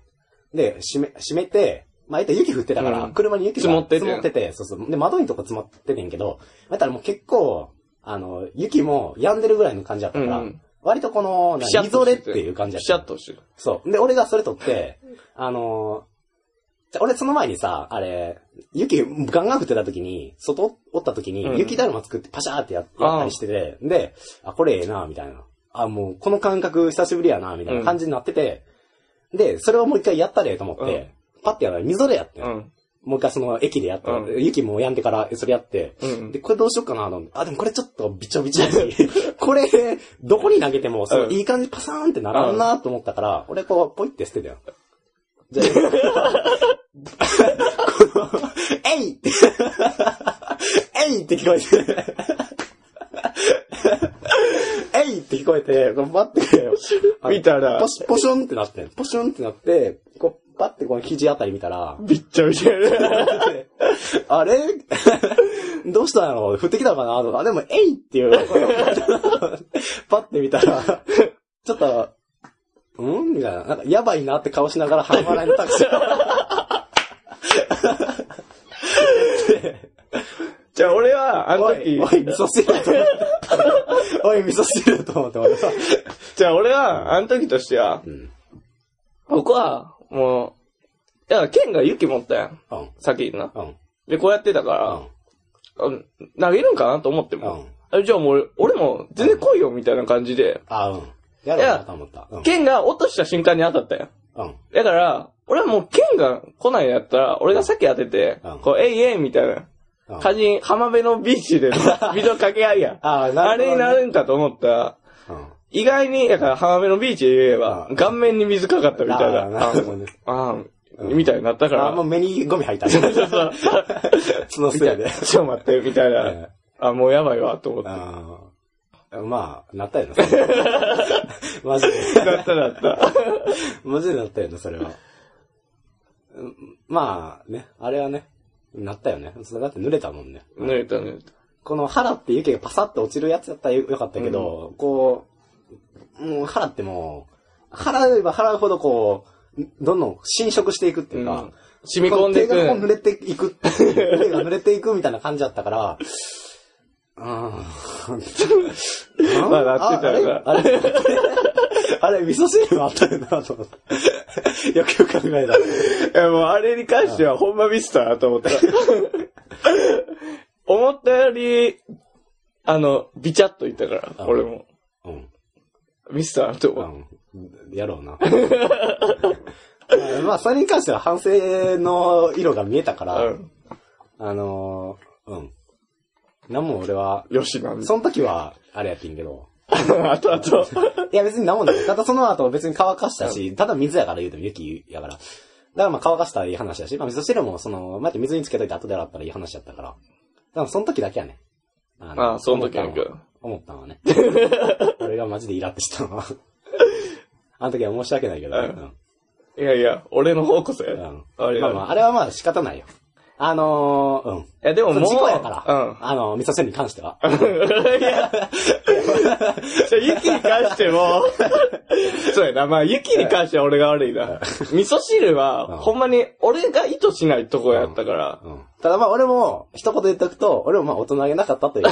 S2: で、閉め、閉めて、まあ、言ったら雪降ってたから、
S1: うん
S2: 車に雪が
S1: 積もってて
S2: 積もってて、そうそう。で、窓にとか積もっててんけど、まあ言ったらもう結構、あの、雪も止んでるぐらいの感じだったから、
S1: うん
S2: 割とこの、
S1: ピシャ
S2: な
S1: ッ
S2: み
S1: と
S2: ぞ
S1: して
S2: れ
S1: て
S2: っていう感じだ
S1: ピ
S2: っ
S1: シ
S2: た
S1: ャ。ッとしてる。
S2: そう。で、俺がそれ撮って、あのーじゃ俺その前にさ、あれ、雪ガンガン降ってた時に、外おった時
S1: うん
S2: に、雪だるま作ってパシャーってや
S1: あー
S2: やったりしてて、で、あ、これええな、みたいな。あ、もうこの感覚久しぶりやな、みたいな感じになってて、で、それをもう一回やったれと思って、パッてやったら、みぞれやってん、
S1: うん。
S2: もう一回その駅でやった、
S1: うん
S2: 雪もうやんでからそれやって、
S1: うん
S2: で、これどうしようかなと思って、あ、でもこれちょっとびちょびちょやし、 [laughs] これ、どこに投げても、その
S1: うん
S2: いい感じパサーンってならんなと思ったから、俺こう、ポイって捨
S1: [laughs]
S2: てたよ。じゃ [laughs] あ、この、えいって、 [laughs] えいって聞こえて、 [laughs] えいって聞こえて、こうバッて、あの
S1: [laughs] 見たら
S2: ポシ、ポションってなって、ポションってなって、こう、パッてこの肘あたり見たら、
S1: びっちゃびちゃやね。
S2: [laughs] あれどうしたんやろ降ってきたのかなとか、でも、えいっていう。 [laughs] パッて見たら、ちょっと、うんみたいな。なんか、やばいなって顔しながら半笑いのタクシー。
S1: [laughs] じゃあ俺は、あの
S2: おい、
S1: 時
S2: お、い、味噌汁 [laughs] やと思って。おい、味噌汁やと思って、俺は。
S1: じゃあ俺は、あの時としては、
S2: ん
S1: 僕は、もう、いや、ケンが雪持ったやん。
S2: うん。
S1: 先にな。
S2: うん。
S1: で、こうやってたから、あ投げるんかなと思っても、あじゃあもう、俺も全然来いよ、みたいな感じで、
S2: あ、うん。やろうなと思った。うん。
S1: 剣が落とした瞬間に当たったよ。
S2: うん。
S1: だから、俺はもう剣が来ないんやったら、俺が先当てて
S2: うん、
S1: こう、えいえいみたいな
S2: うん
S1: 感じ [laughs] に浜辺のビーチで、水をかけ合いや。
S2: ああ、
S1: あ
S2: なる
S1: れ
S2: ほ
S1: に
S2: ど、ね。
S1: なるんかと思ったら、
S2: うん。
S1: 意外に、だから、浜辺のビーチで言えば、顔面に水かかったみたい
S2: あー
S1: な。
S2: な
S1: あ
S2: るほどね
S1: あ
S2: う
S1: ー、
S2: ん
S1: みたいになったか
S2: あ、も
S1: ら
S2: う、目にゴミ入った。 [laughs]
S1: そうそう
S2: そのせいで。
S1: ちょっと待って、みたいな。
S2: え
S1: あ、もうやばいわ、と思
S2: え
S1: って。
S2: あーまあ、なったよな。 [laughs] マジで。
S1: なったなった。
S2: マジでなったよね、それは。うんまあ、ね、あれはね、なったよね。それだって濡れたもんね。
S1: 濡れた濡れた。
S2: この腹って湯気がパサッと落ちるやつやったらよかったけど、こう、もう腹ってもう、払えば払うほどこう、どんどん侵食していくっていうか、
S1: うん染み込んでいく
S2: この手がこう濡れていく、手が濡れていくみたいな感じだったから、
S1: [laughs]
S2: うーん。
S1: まあなってたよな
S2: ああれあれあれ、味噌汁もあったよなと思って。よくよく考えたら。
S1: いやもうあれに関してはほんまミスターと思った。 [laughs] 思ったより、あの、ビチャっといったか
S2: う
S1: ら、
S2: ん
S1: 俺も。
S2: うん。
S1: ミスターと思っ
S2: うん、やろうな。 [laughs] まあ、それに関しては反省の色が見えたか
S1: た。
S2: ら、
S1: うん。
S2: あのーうん。なんも俺は、
S1: よしなんで。
S2: その時は、あれやってんけど、
S1: [laughs] あとあと。
S2: いや別になんもない。ただその後別に乾かしたし、ただ水やから言うても雪やから。だからまあ乾かしたらいい話だし、まあ味噌汁もその、待って水につけといて後で洗ったらいい話やったから。だからその時だけやね。あ
S1: ああ、その時やんか。
S2: 思ったのはね。
S1: [laughs]
S2: 俺がマジでイラってしたのは。あの時は申し訳ないけど。
S1: う
S2: うんん。
S1: いやいや、俺の方こそや。
S2: うん
S1: あれ
S2: ま
S1: や
S2: あまあ、あれはまあ仕方ないよ。あのー、うん。
S1: いや、でももう。
S2: 事故やか
S1: う
S2: ら。
S1: ん。
S2: あの、味噌汁に関しては。
S1: いや、じゃあ雪に関しても、そうやな、まあ雪に関しては俺が悪いな。味噌汁
S2: うん
S1: は、ほんまに俺が意図しないとこやったから、
S2: うん。ただまあ俺も、一言言っておくと、俺もまあ大人げなかった
S1: [laughs]
S2: という。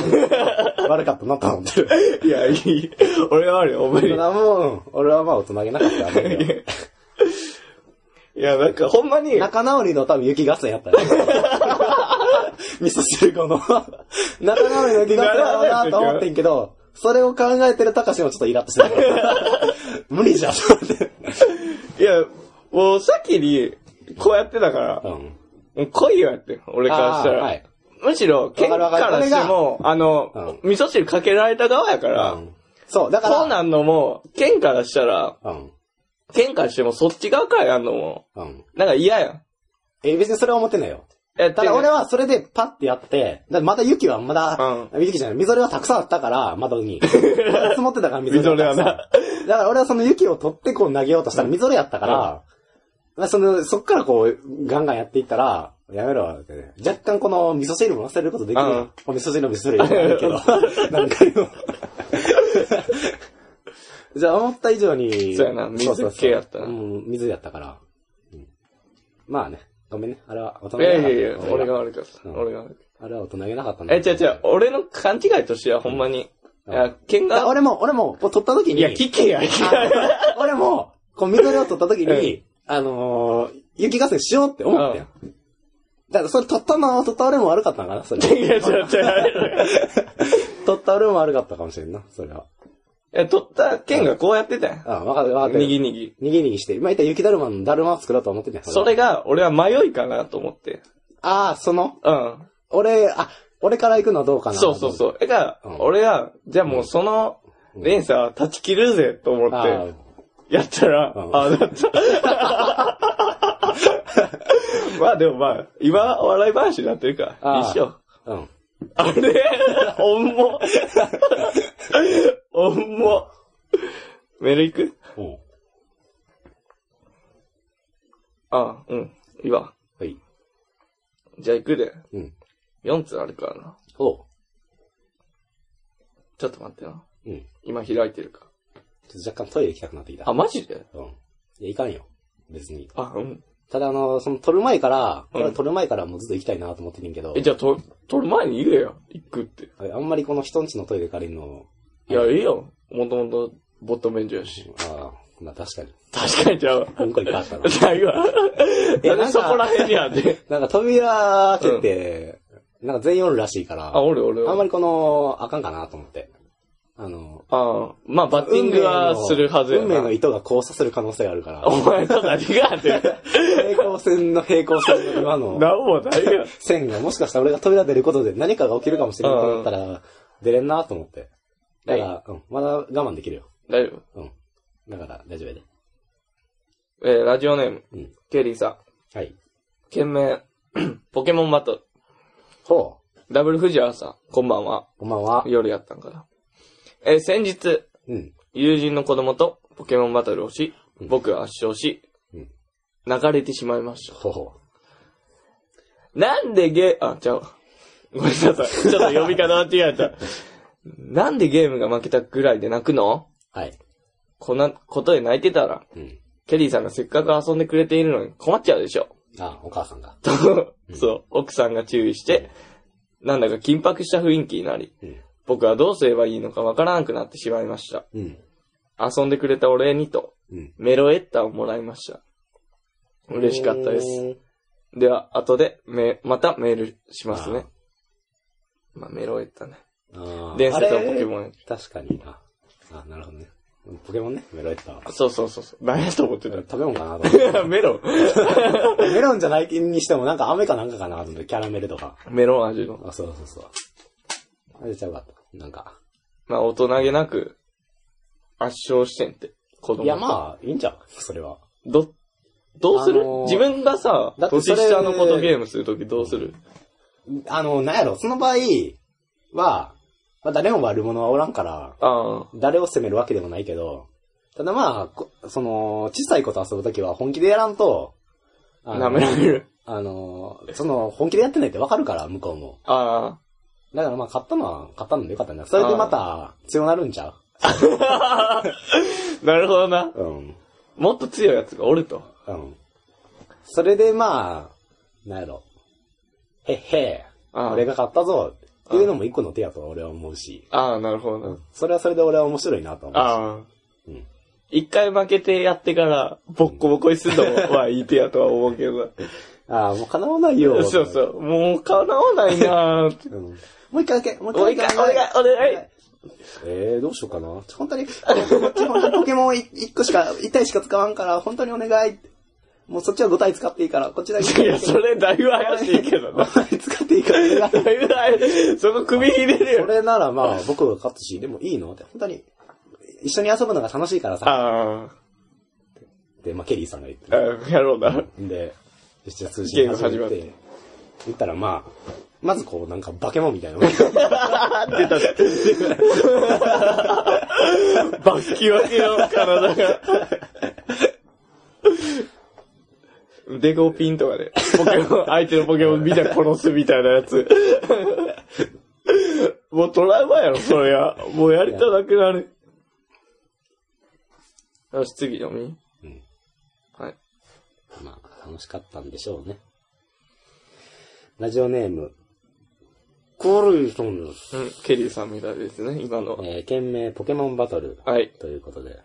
S2: 悪かったなと思ってる。
S1: いや、いい。俺は悪い、お前
S2: ただもう、うん俺はまあ大人げなかったな。 [laughs]
S1: に。いや、なんかほんまに、
S2: 仲直りの多分雪合戦やったよ。 [laughs] 味噌汁後の仲直りの雪合戦だろうなと思ってんけど、それを考えてる高しもちょっとイラッとして [laughs] る。無理じゃん、と思って。
S1: いや、もう先に、こうやってたから、
S2: うん。
S1: もう来いよやって、俺からしたら。
S2: あーはい
S1: むしろ、県か
S2: わかるわからる
S1: しても、あの、味噌汁かけられた側やから、
S2: うんそう、だから、
S1: そうなんのも、県からしたら、
S2: うん。
S1: 県からしてもそっち側からやんのも、
S2: うん。
S1: なんか嫌やん。
S2: え、別にそれは思ってないよ。
S1: え、
S2: ただ俺
S1: は、
S2: はそれでパッてやって、だってまだ雪はまだ、雪じゃない、みぞれはたくさんあったから、窓
S1: [laughs]
S2: に。まだ積もってたから、みぞれがたくさん
S1: みぞ
S2: だから俺はその雪を取ってこう投げようとしたら、みぞれやったから、まあその、そっからこう、ガンガンやっていったら、やめろってね。若干この味噌汁も忘れることできるやん
S1: うん
S2: お味噌汁の味噌汁や
S1: [laughs]
S2: るけど、何回も。じゃあ思った以上に、
S1: そうやな水
S2: そうそうそう
S1: 系やったな
S2: うん、水やったから。うんまあね、ごめんね、あれは大人
S1: いやいやいや、
S2: 俺
S1: 俺
S2: が
S1: が悪かった。
S2: うん
S1: 俺が悪かっ
S2: あれは大人げなかったん
S1: た。
S2: だ
S1: え、違う違う、俺の勘違いとしてはほんまに、
S2: う
S1: い
S2: ん
S1: や、県
S2: だ
S1: が、
S2: 俺も、俺も、こう撮った時に、
S1: いや、聞けや、聞けや。
S2: あ [laughs] 俺も、こう、緑を撮った時
S1: う
S2: に、あのー、雪合戦しようって思ったよ。だから、それ撮ったの、撮った俺も悪かったのか
S1: [laughs]
S2: な、それ。
S1: いや、違う違う。
S2: 撮った俺も悪かったかもしれんな、それは。
S1: [laughs] いや、取った県がこうやってたやん。
S2: あ、わかるわかる。
S1: にぎ
S2: に
S1: にぎ。
S2: ぎ。にぎにぎして。まあ、いったら雪だるまのだるまを作ろうと思ってたよ
S1: それが、俺は迷いかなと思って。
S2: ああ、その、
S1: うん。
S2: 俺、あ、俺から行くのはどうかな。。
S1: そうそうそうう。だか
S2: うん
S1: ら、俺は、じゃあもうその、連鎖は断ち切るぜ、と思
S2: あ
S1: っ
S2: ー
S1: て、やったら、
S2: うん
S1: ああ、な
S2: [laughs]
S1: った。まあでもまあ、今、笑い話になってるか
S2: あ
S1: ら、
S2: ー
S1: 一緒。
S2: うん。
S1: あれおん
S2: [laughs]
S1: も。おんも。メール行く
S2: うん。
S1: ああ、うん。いいわ。
S2: はい。
S1: じゃあ行くで。
S2: うん。
S1: 4つあるからな。
S2: おう。
S1: ちょっと待ってな。
S2: うん。
S1: 今開いてるか。
S2: ちょっと若干トイレ行きたくなってきた。
S1: あ、マジで
S2: うん。いや、いかんよ。別に。
S1: あ、うん。
S2: ただあの、その撮る前から、
S1: うん
S2: これ撮る前からもうずっと行きたいなと思ってるんけど
S1: え、、じゃあ、と、撮る前に言えよ。行くって。
S2: あんまりこの人んちのトイレ借りるの、
S1: いや、いいよ。もともと、ボット免除やし。
S2: ああ、まあ確
S1: [laughs]
S2: かに。
S1: 確かにちゃうわ。
S2: うんこいっぱいあったな。
S1: ないわ。
S2: え
S1: なんで
S2: なんか
S1: そこら辺にあって。
S2: なんか扉開けて、なんか全員おるらしいから、
S1: あ、俺俺
S2: あんま
S1: 俺。
S2: りこの、あかんかなと思って。あの、
S1: ああ、まあ、バッティングはするはずや
S2: 運命
S1: な
S2: の。糸が交差する可能性があるから
S1: お、前と何があって。 [laughs]
S2: 平行線の平行線の今の
S1: なんもないよ。
S2: 線がもしかしたら俺が扉出ることで何かが起きるかもしれないと思ったら、出れんなと思って。だから、うん、まだ我慢できるよ。
S1: 大丈夫
S2: だから、大丈夫やで。
S1: えーラジオネーム、
S2: うん
S1: ケリーさん。
S2: はい。
S1: 件名、 [clears throat] ポケモンバトル。
S2: ほ
S1: ダブル藤原さん、こんばんは。
S2: う。こんばんは。
S1: 夜やったんかな。えー先日、
S2: うん。
S1: 友人の子供とポケモンバトルをし、
S2: うん
S1: 僕が圧勝し、
S2: うん
S1: 泣かれてしまいました。
S2: ほうほ
S1: なんでゲー、あ、ちゃうわ。ごめんなさい。ちょっと呼び方間違えた。なんでゲームが負けたぐらいで泣くの
S2: う。はい。
S1: こんなことで泣いてたら、
S2: うん。
S1: ケリーさんがせっかく遊んでくれているのに困っちゃうでしょ。
S2: あ、お母さんが。
S1: と、
S2: うん
S1: そう、奥さんが注意して、なんだか緊迫した雰囲気になり、
S2: うん。
S1: 僕はどうすればいいのかわからなくなってしまいました。
S2: うん。
S1: 遊んでくれたお礼にと、
S2: うん。
S1: メロエッタをもらいました。嬉しかったです。
S2: うーん。
S1: では、後で、め、またメールしますね。まあ、メロエッタね。
S2: あー
S1: 伝説のポケ
S2: あ
S1: モンや。
S2: れ確かにな。あ、なるほどね。ポケモンね、メロンやったわ。
S1: そうそうそう [laughs] そう。何やと思ってた
S2: 食べ物かなと思っ
S1: メロン [laughs]
S2: て。メロンじゃないにしても、なんか飴かなんかかなと思って、キャラメルとか。
S1: メロン味の。
S2: あ、そうそうそう。あれちゃうかった。なんか。
S1: まあ、大人げなく、圧勝してんって。子供。
S2: いや、まあ、いいんじゃん。それは。
S1: ど、どうする、
S2: あのー
S1: 自分がさ
S2: だ、ってそ
S1: 年
S2: れ
S1: 下の子とゲームするときどうする
S2: あの、なんやろ、その場合は、まあ、誰も悪者はおらんから、
S1: ああ、
S2: 誰を責めるわけでもないけど、ただまあこ、その、小さい子と遊ぶときは本気でやらんと、あ
S1: 舐められる。
S2: あの、その、本気でやってないってわかるから、向こうも。
S1: あ
S2: だからまあ、買ったのは、買ったのでよかったんだ。それでまた、強なるんちゃ
S1: あ。なるほどな。
S2: ううん。
S1: もっと強いやつがおると。
S2: うん。それでまあ、なんやろ。へっへ
S1: ああ
S2: 俺が買ったぞっていうのも一個の手やと俺は思うし。
S1: ああ、なるほどな。
S2: それはそれで俺は面白いなと思うし。
S1: ああ。
S2: うん。
S1: 一回負けてやってから、ボッコボコにするのも、まあ、いい手やとは思うけど。
S2: ああ、もう叶わないよ。
S1: そうそう。もう、叶わないなぁって。
S2: うん。もう一回だけ、もう一
S1: もう
S2: 回
S1: 一
S2: だ
S1: 回、
S2: け。
S1: お願い、お願い。
S2: えー、どうしようかな。本当に、本当にポケモン1個しか、1体しか使わんから、本当にお願い。もうそっちは5体使っていいから、こっちだけ。
S1: いや、それだいぶ怪しいけ
S2: [laughs]
S1: どな。
S2: 5体使っていいから、お願
S1: [laughs]
S2: い
S1: だいぶ怪しい。そこ首ひねる
S2: そ
S1: よ。
S2: れならまあ、僕が勝つし、でもいいのって、本当に、一緒に遊ぶのが楽しいからさ。
S1: あ
S2: で、まあ、ケリーさんが言って
S1: あ、うんやろうな。
S2: んで、よしじゃあ通信始
S1: ゲーム始ま
S2: め、
S1: って
S2: 言ったらまあ、まずこう、なんか、化け物みたいな。
S1: 出
S2: [laughs]
S1: た、出た。バッキバキの体が。デコピンとかで、ポケモン、相手のポケモン見たら殺すみたいなやつ。もうトラウマやろ、それは。もうやりたなくなる。よし、次読み。
S2: うん
S1: はい。
S2: まあ、楽しかったんでしょうね。ラジオネーム、コールソンです。
S1: うん、ケリーさんみたいですね、今のは。
S2: えー、件名ポケモンバトル
S1: はい、
S2: ということで。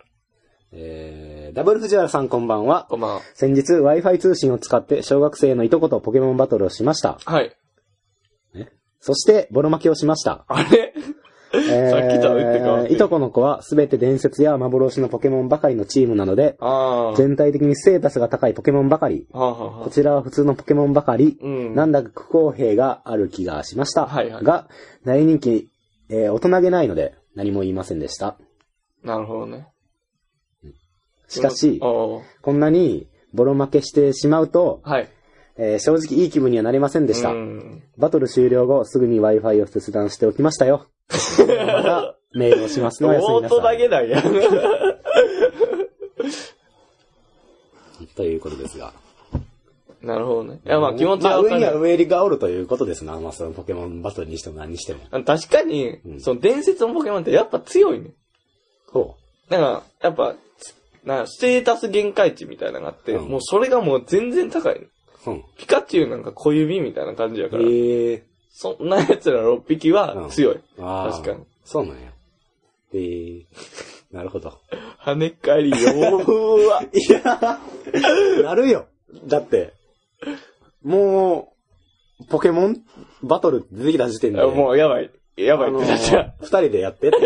S2: えー、ダブル藤原さんこんばんは。
S1: こんばんは。
S2: 先日 Wi-Fi 通信を使って小学生のいとことポケモンバトルをしました。
S1: はい。
S2: そして、ボロ負けをしました。
S1: あれ
S2: えー
S1: [laughs] さっきとは打って変わって
S2: いとこの子はすべて伝説や幻のポケモンばかりのチームなので、
S1: あー。
S2: 全体的にステータスが高いポケモンばかり。
S1: はあ、はあは
S2: こちらは普通のポケモンばかり。
S1: あ、うん。
S2: なんだか不公平がある気がしました。
S1: はいはい
S2: が、大人気、えー大人げないので何も言いませんでした。
S1: なるほどね。
S2: しかし、
S1: おー
S2: こんなにボロ負けしてしまうと、
S1: はい。
S2: えー正直いい気分にはなりませんでした。
S1: うん
S2: バトル終了後、すぐに Wi-Fi を切断しておきまし
S1: [laughs]
S2: たよ。また、メールをしますのおやすみな
S1: 音
S2: さ
S1: だ
S2: い。
S1: けだよ。
S2: ということですが。
S1: [laughs] なるほどね。いや、まあ気持ちはわ
S2: ま
S1: か
S2: あ上には
S1: る。
S2: 上りがおるということですな。まあ、そのポケモンバトルにしても何にしても。
S1: あの確かに
S2: う、ん
S1: その伝説のポケモンってやっぱ強いね。
S2: ほ
S1: なんか、やっぱ、なんかステータス限界値みたいなのがあって、
S2: うん
S1: もうそれがもう全然高いね。
S2: う。うん。
S1: ピカチュウなんか小指みたいな感じやから、
S2: へえ
S1: そんな奴ら6匹は強い。
S2: ー。あー
S1: 確かに。
S2: そうなんや。へえー。 [laughs] なるほど。
S1: 跳ね返り弱 [laughs] わ。
S2: いや、なるよ。だって、もう、ポケモンバトル出てきた時点で。
S1: もうやばい。やばい
S2: あ
S1: っ
S2: の
S1: てなっちゃう。
S2: 二人でや [laughs] ってって。
S1: も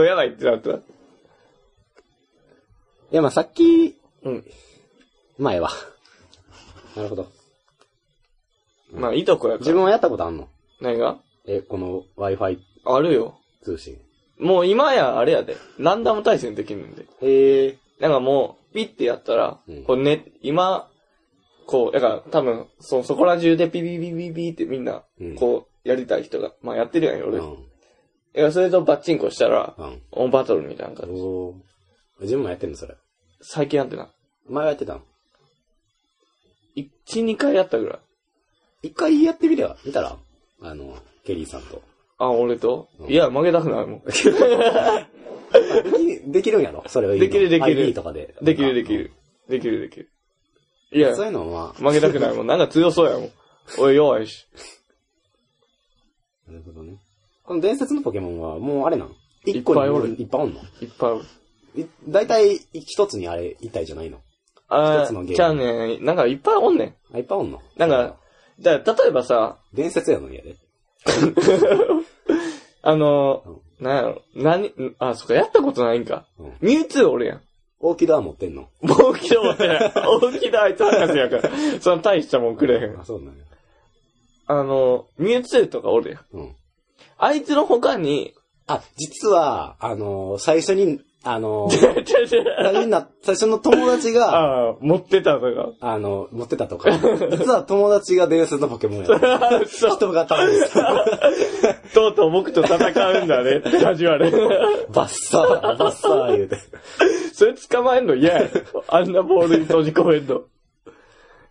S1: うやばいってなった。
S2: いや、まあさっき、
S1: うん。
S2: 前は。 [laughs] なるほど。
S1: まあ、いとこやか
S2: 自
S1: ら。
S2: 分はやったことあんの
S1: 何が
S2: え、この Wi-Fi
S1: あるよ。
S2: 通信。
S1: もう今やあれやで、ランダム対戦できるんで。
S2: へえ。
S1: なんかもう、ピッてやったら、
S2: うん
S1: こうね、今、こう、だから多分、そ、そこら中でピピピピピってみんな
S2: うん、
S1: こう、やりたい人が、まあやってるやんよ、
S2: う
S1: 俺。い
S2: ん。
S1: や、それとバッチンコしたら、
S2: うん。
S1: オンバトルみたいな感じ。
S2: おー自分もやってんの、それ。
S1: 最近やってな。
S2: 前はやってたの
S1: 1、2回やったぐらい。
S2: 一回やってみれば、見たらあの、ケリーさんと。
S1: あ、俺と、
S2: うん
S1: いや、負けたくないもん。
S2: でき、 [laughs] できるんやろそれを
S1: できるできる
S2: ID とかで。
S1: できるできる。できるできる。いや
S2: うん。、そういうのは、
S1: 負けたく
S2: [laughs]
S1: ないもん。なんか強そうやもん。俺弱いし。
S2: なるほどね。この伝説のポケモンは、もうあれなの一個
S1: いっぱいおる
S2: にいっぱいおんの
S1: いっぱいおる。
S2: い大体一つにあれ、一体じゃないの
S1: あ
S2: 一つのゲ
S1: ー、
S2: ーム
S1: じゃあね、なんかいっぱいおんねん。
S2: あ、いっぱいおんの
S1: なんか、だから例えばさ、
S2: 伝説やのにやで。
S1: あのー、なんやろ、何、んあ、そっか、やったことないんか。
S2: うん
S1: ミュウツーおるやん。
S2: 大木ドア持ってんの
S1: もう来てもらったら、大きなあいつ博士やから。 [laughs] その大したもんくれへん
S2: あ、。そうなんや。
S1: あのー、ミュウツーとかおるやん。
S2: うん。
S1: あいつの他に、
S2: あ、実は、あのー最初に、あ
S1: [laughs]
S2: のー最初にな、最初の友達が、あ
S1: [laughs] ああ、持ってたとか。
S2: の、持ってたとか、実は友達が伝説のポケモンやった。
S1: [laughs] そう、
S2: 人が多
S1: [laughs]
S2: 分です。
S1: とうとう僕と戦うんだねって始まる。
S2: バッサー、バッサー言うて。
S1: [laughs] それ捕まえんの嫌や。あんなボールに閉じ込めんの。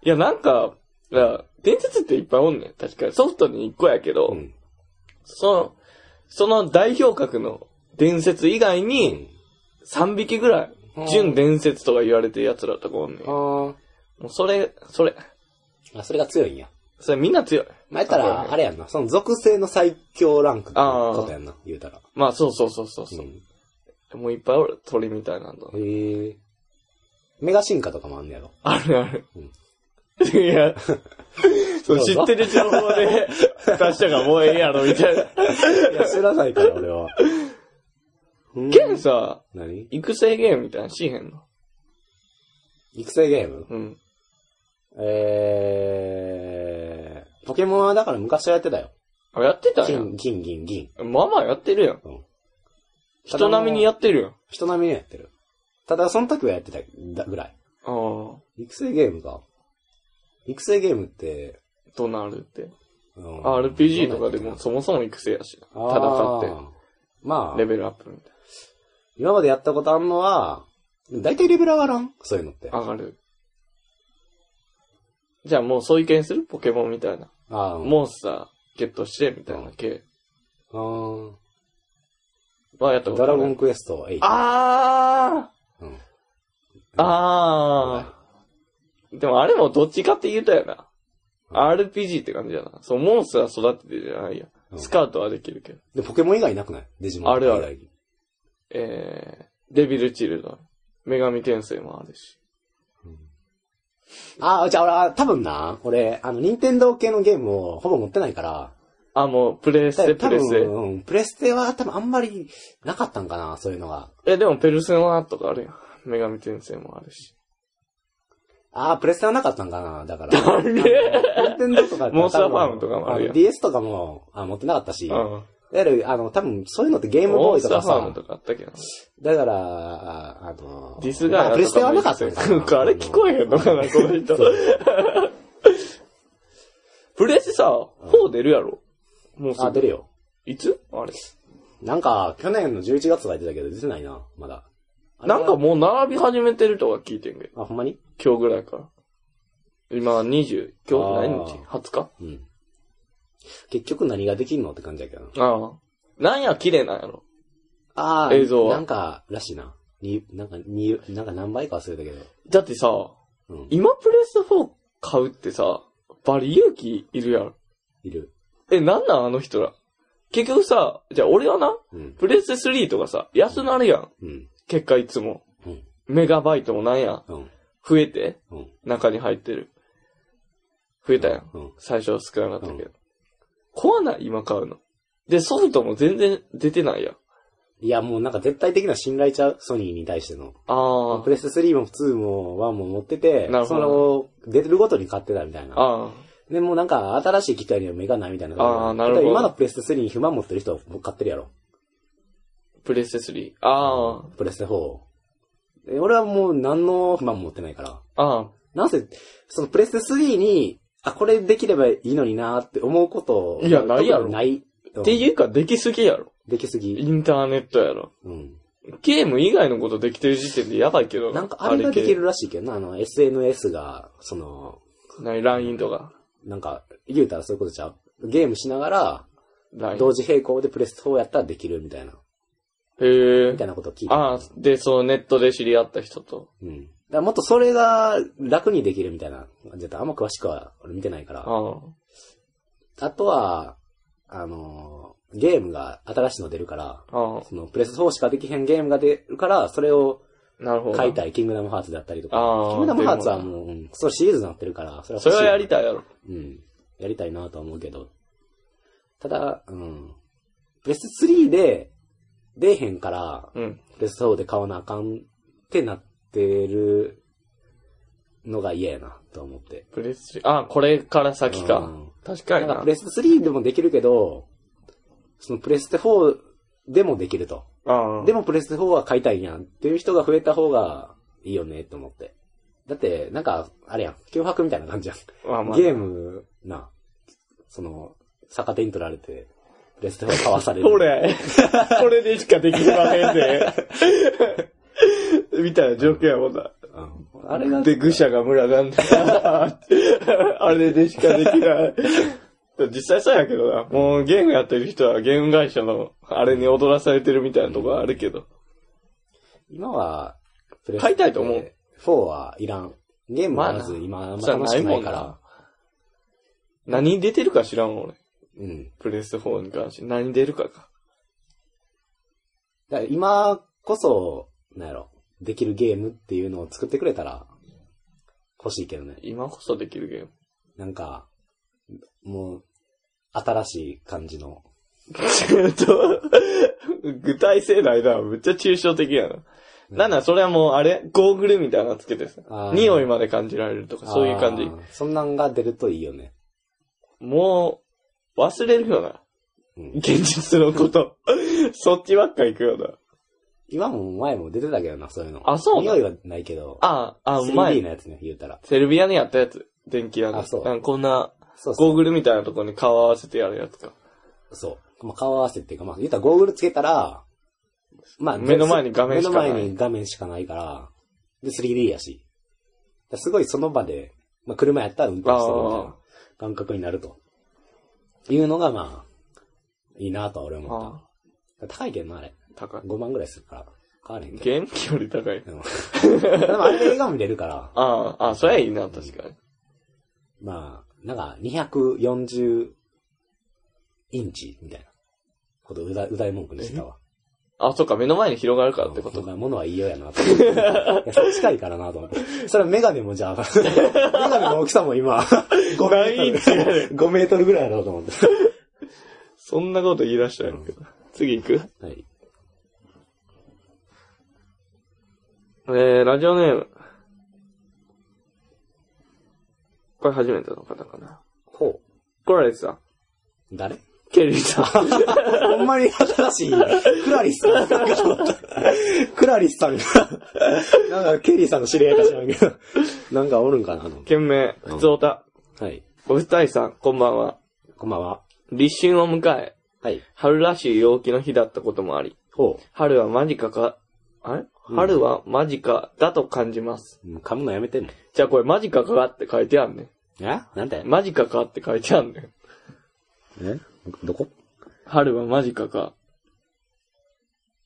S1: いや、なんか、いや伝説っていっぱいおんねん。確かに。ソフトに1個やけど、
S2: うん。
S1: その、その代表格の伝説以外に、3匹ぐら
S2: うん
S1: い、純伝説とか言われてる奴らとかおんねん。も
S2: あ
S1: うそれ、それ、
S2: あ。それが強いんや。
S1: それみんな強い。
S2: まあ、言った
S1: かっこいい
S2: ら、
S1: ね
S2: あれやんな。その属性の最強ランクのことやんな。言うたら。
S1: まあ、そうそうそうそうそうう、
S2: ん。
S1: もういっぱいおる、鳥みたいなんだ。
S2: へえ。メガ進化とかもあんねやろ。
S1: あるある。
S2: うん
S1: いや、そう
S2: どう
S1: 知
S2: ぞ
S1: ってる情報で [laughs] 出したからもうええやろ、みたいな。
S2: いや、知らないから、俺は。う
S1: [laughs]
S2: ん
S1: ケンさ、
S2: 何
S1: 育成ゲームみたいなのしへんの
S2: 育成ゲーム
S1: うん。
S2: えー、ポケモンはだから昔はやってたよ。
S1: あ、やってたんや
S2: 金、銀、銀、銀。
S1: まあまあやってるやん。
S2: うん
S1: 人並みにやってるやん。
S2: 人並みにやってる。ただ、その時はやってたぐらい。
S1: ああ、
S2: 育成ゲームか。育成ゲームって、
S1: どうなるって。
S2: うん、
S1: RPG とかでもそもそも育成やしな。
S2: あー
S1: 戦っ
S2: ま
S1: て、
S2: あ
S1: レ、ベルアップみたい
S2: 今までやったことあんのは、だいたいレベル上がらんそういうのって。
S1: な。上がる。じゃあもうそういう系にするポケモンみたいな。
S2: あー
S1: モンスターゲットして、みたいな系
S2: うん。
S1: はやった
S2: あ
S1: こ
S2: ー
S1: と
S2: ド
S1: ある
S2: ラゴンクエスト8。
S1: あ
S2: うん
S1: あああでもあれもどっちかって言うたやな。RPG って感じやな。そう、モンスター育ててじゃないや
S2: う。ん
S1: スカウトはできるけど。
S2: で、ポケモン以外いなくないデジモン。
S1: あるある
S2: 以外に。
S1: えー、デビルチルドン。女神転生もあるし。
S2: あー、じゃあ俺あ、多分な、俺、あの、任天堂系のゲームをほぼ持ってないから、
S1: あ、もう、プレス
S2: 多
S1: テ、プレステ
S2: 分、。うん、プレステは多分あんまりなかったんかな、そういうのが。
S1: え、でも、ペルセナとかあるやん。女神転生もあるし。
S2: あー、プレステはなかったんかな、だから。
S1: あれ
S2: 任天堂とかやったら多分
S1: モンスターファームとかもあるやん
S2: の DS とかも、あ、持ってなかったし。
S1: う
S2: いわ
S1: ん。
S2: ゆる、あの、多分、そういうのってゲームボ
S1: モ
S2: ー
S1: ン
S2: イと
S1: スター
S2: か
S1: フ
S2: さ、
S1: ァームとかあったけど。
S2: だから、ああのー、
S1: ディスガイアとかも
S2: まあプレステはなかったよ
S1: なんかあれ聞こえへんのかな、この人。プレステさ、4出るやろもうす
S2: あ、出
S1: ぐ。
S2: るよ。
S1: いつあれ。
S2: なんか、去年の11月とか言ってたけど、出てないな、まだ。あれ
S1: な
S2: は
S1: んか、もう並び始めてるとか聞いてんけど。
S2: あ、ほんまに
S1: 今日ぐらいから。今20、今日何日
S2: あ
S1: ?20 日
S2: うん。結局何ができんのって感じやけどな。
S1: ああ。なんや、綺麗なんやろ。
S2: ああ、
S1: 映像は
S2: なんか、らしいな。に、なんか、に、なんか何倍か忘れたけど。
S1: だってさ、
S2: うん。
S1: 今プレステ4買うってさ、バリ勇気いるやろ。
S2: いる。
S1: え、なんなんあの人ら。結局さ、じゃあ俺はな、
S2: うん。
S1: プレステ3とかさ、安なるやん。
S2: うん。
S1: 結果いつも。
S2: うん。
S1: メガバイトもなんや。
S2: うん。
S1: 増えて、
S2: うん。
S1: 中に入ってる。増えたやん。
S2: うん。
S1: 最初は少なかったけ
S2: う
S1: ど。怖ない今買うの。で、ソフトも全然出てないやん。
S2: いや、もうなんか絶対的な信頼ちゃう、ソニーに対しての。
S1: あ
S2: プレステ3も2も1も持ってて、
S1: なる
S2: そ
S1: ほど
S2: の、出てるごとに買ってたみたい
S1: あ。
S2: な。
S1: ああ。
S2: でもうなんか、新しい機械には目がないみたいな。
S1: あーなるほど
S2: だから今のプレステ3に不満持ってる人は買ってるやろ。
S1: プレステ3。あ
S2: プレステ4。で俺はもう何の不満も持ってないから。
S1: あ、ああ、
S2: なんせ、そのプレステ3に、あ、これできればいいのになーって思うこと、
S1: いやないやろ
S2: 特にない。っ
S1: っていうか、できすぎやろ。
S2: できすぎ。
S1: インターネットやろ。
S2: うん。
S1: ゲーム以外のことできてる時点でやばいけど。
S2: なんかあれができ
S1: 系。
S2: るらしいけどな、あの SNS が、その、
S1: 何 ?LINE とか。
S2: なんか、言うたらそういうことちゃう。ゲームしながら、
S1: LINE。
S2: 同時並行でプレス4やったらできるみたいな、
S1: へえ
S2: み。たいなことを聞いて。
S1: ああ、で、そう、ネットで知り合った人と。
S2: うん。だからもっとそれが楽にできるみたいな感じだった。あんま詳しくは俺見てないから。
S1: ああ。
S2: あとは、あのーゲームが新しいの出るから、
S1: ああ、
S2: そのプレス4しかできへんゲームが出るから、それを
S1: なるほど。
S2: 買いたい、キングダムハーツだったりとか。
S1: あー
S2: キングダムハーツはもう、うん、それシリーズになってるから、それは
S1: それはやり
S2: い。
S1: たいやろ。
S2: うん。やりたいなとは思うけど。ただ、うん。プレス3で、出えへんから、
S1: うん。
S2: プレス4で買わなあかんってなってるのが嫌やな、と思って。
S1: プレス3。ああ、これから先
S2: う
S1: か。
S2: ん
S1: 確かに
S2: なんか
S1: な
S2: プ。レステ3でもできるけど、そのプレステ4でもできると。
S1: ああ。
S2: でもプレステ4は買いたいやんっていう人が増えた方がいいよねと思って。だって、なんか、あれやん、脅迫みたいな感じやん。
S1: まあまあ、
S2: ゲームな、その、逆手に取られて、プレステ4買
S1: [laughs]
S2: わされる。
S1: こ
S2: [laughs]
S1: れ、これでしかできまへんで。みたいな状況やもんな。
S2: うんあれが、
S1: で、愚者が群
S2: [laughs]
S1: がんで。あれでしかできない。実際そうやけどな。もうゲームやってる人はゲーム会社のあれに踊らされてるみたいなとこあるけど。
S2: 今は、プレ
S1: 買いたいと思う。
S2: 4はいらん。ゲームはまず今、あんま
S1: そうや
S2: 楽しくな
S1: も
S2: い
S1: ん
S2: から。。
S1: 何出てるか知らんわ俺。
S2: うん。
S1: プレステ4に関して。何出るかか。
S2: だから今こそ、なんやろ、できるゲームっていうのを作ってくれたら、欲しいけどね。
S1: 今こそできるゲーム。 [laughs]
S2: なんか、もう、新しい感じの。
S1: えっと、具体性ないな。めっちゃ抽象的やな。なんだ、それはもう、あれゴーグルみたいなのつけてさ
S2: あ。ー
S1: 匂いまで感じられるとか、そういう感
S2: あ
S1: じ。
S2: ー。そんなんが出るといいよね。
S1: もう、忘れるよな。
S2: うん、
S1: 現実のこと。 [laughs] そっちばっか行くよな。
S2: 今も前も出てたけどな、そういうの。
S1: あそうな
S2: 匂いはないけど。
S1: ああ、あ、うま
S2: 3D
S1: い。
S2: のやつね、言うたら。
S1: セルビアにやったやつ。電気屋の。
S2: あそう
S1: なんかこんな、
S2: そうそ
S1: ゴー
S2: う。
S1: グルみたいなとこに顔合わせてやるやつか。
S2: そう。まあ、顔合わせっていうか、まあ、言うたらゴーグルつけたら、まあ、
S1: 目の前に画面しかない
S2: 目の前に画面しかないから、で、3D やし。だからすごいその場で、まあ、車やったら運転してるみたい
S1: あ
S2: な感覚になると。いうのが、まあ、いいなとは俺は思っ
S1: あ
S2: た。高いけどな、あれ。
S1: あ、高い。
S2: 5万ぐらいするから、買われへんけ
S1: 元気より高い。
S2: ど。うんでも [laughs] あれで映画見れるから、
S1: ああ、あ、そりゃいいな、確かに。
S2: まあ、なんか、240インチみたいなことうだうだい文句にしてたわ。
S1: あ、そっか、目の前に広がるからってこと
S2: とか、物はいいようやなと思 [laughs] って。いや近いからなと思って。それはメガネもじゃあ、メガネの大きさも今、5メ
S1: 何イン
S2: [laughs]
S1: チやね
S2: ートル、5メートルぐらいやろうと思って。
S1: [laughs] そんなこと言い出したらいいけど。次行く
S2: はい。
S1: えー、ラジオネーム。これ初めての方かな。
S2: ほ
S1: コラリスさん。
S2: う。誰 [laughs]
S1: ケリーさ [laughs] ん。
S2: ほんまに新しい、クラリスさんかと思った。クラリスさんが、なんかケリーさんの知り合いか知らんけど、なんかおるんかなと思って。
S1: 件名、ふつおた。
S2: はい。
S1: お二人さん、こんばんは。
S2: こんばんは。
S1: 立春を迎え、
S2: はい。
S1: 春らしい陽気の日だったこともあり、
S2: ほ
S1: 春は間近か、あれ
S2: うん
S1: 春は間近だと感じます。
S2: う。もう噛むのやめてんの。
S1: じゃあこれ間近かって書いてあんね
S2: えなんて
S1: ん。間近かって書いてあんねん。
S2: えどこ
S1: 春は間近か。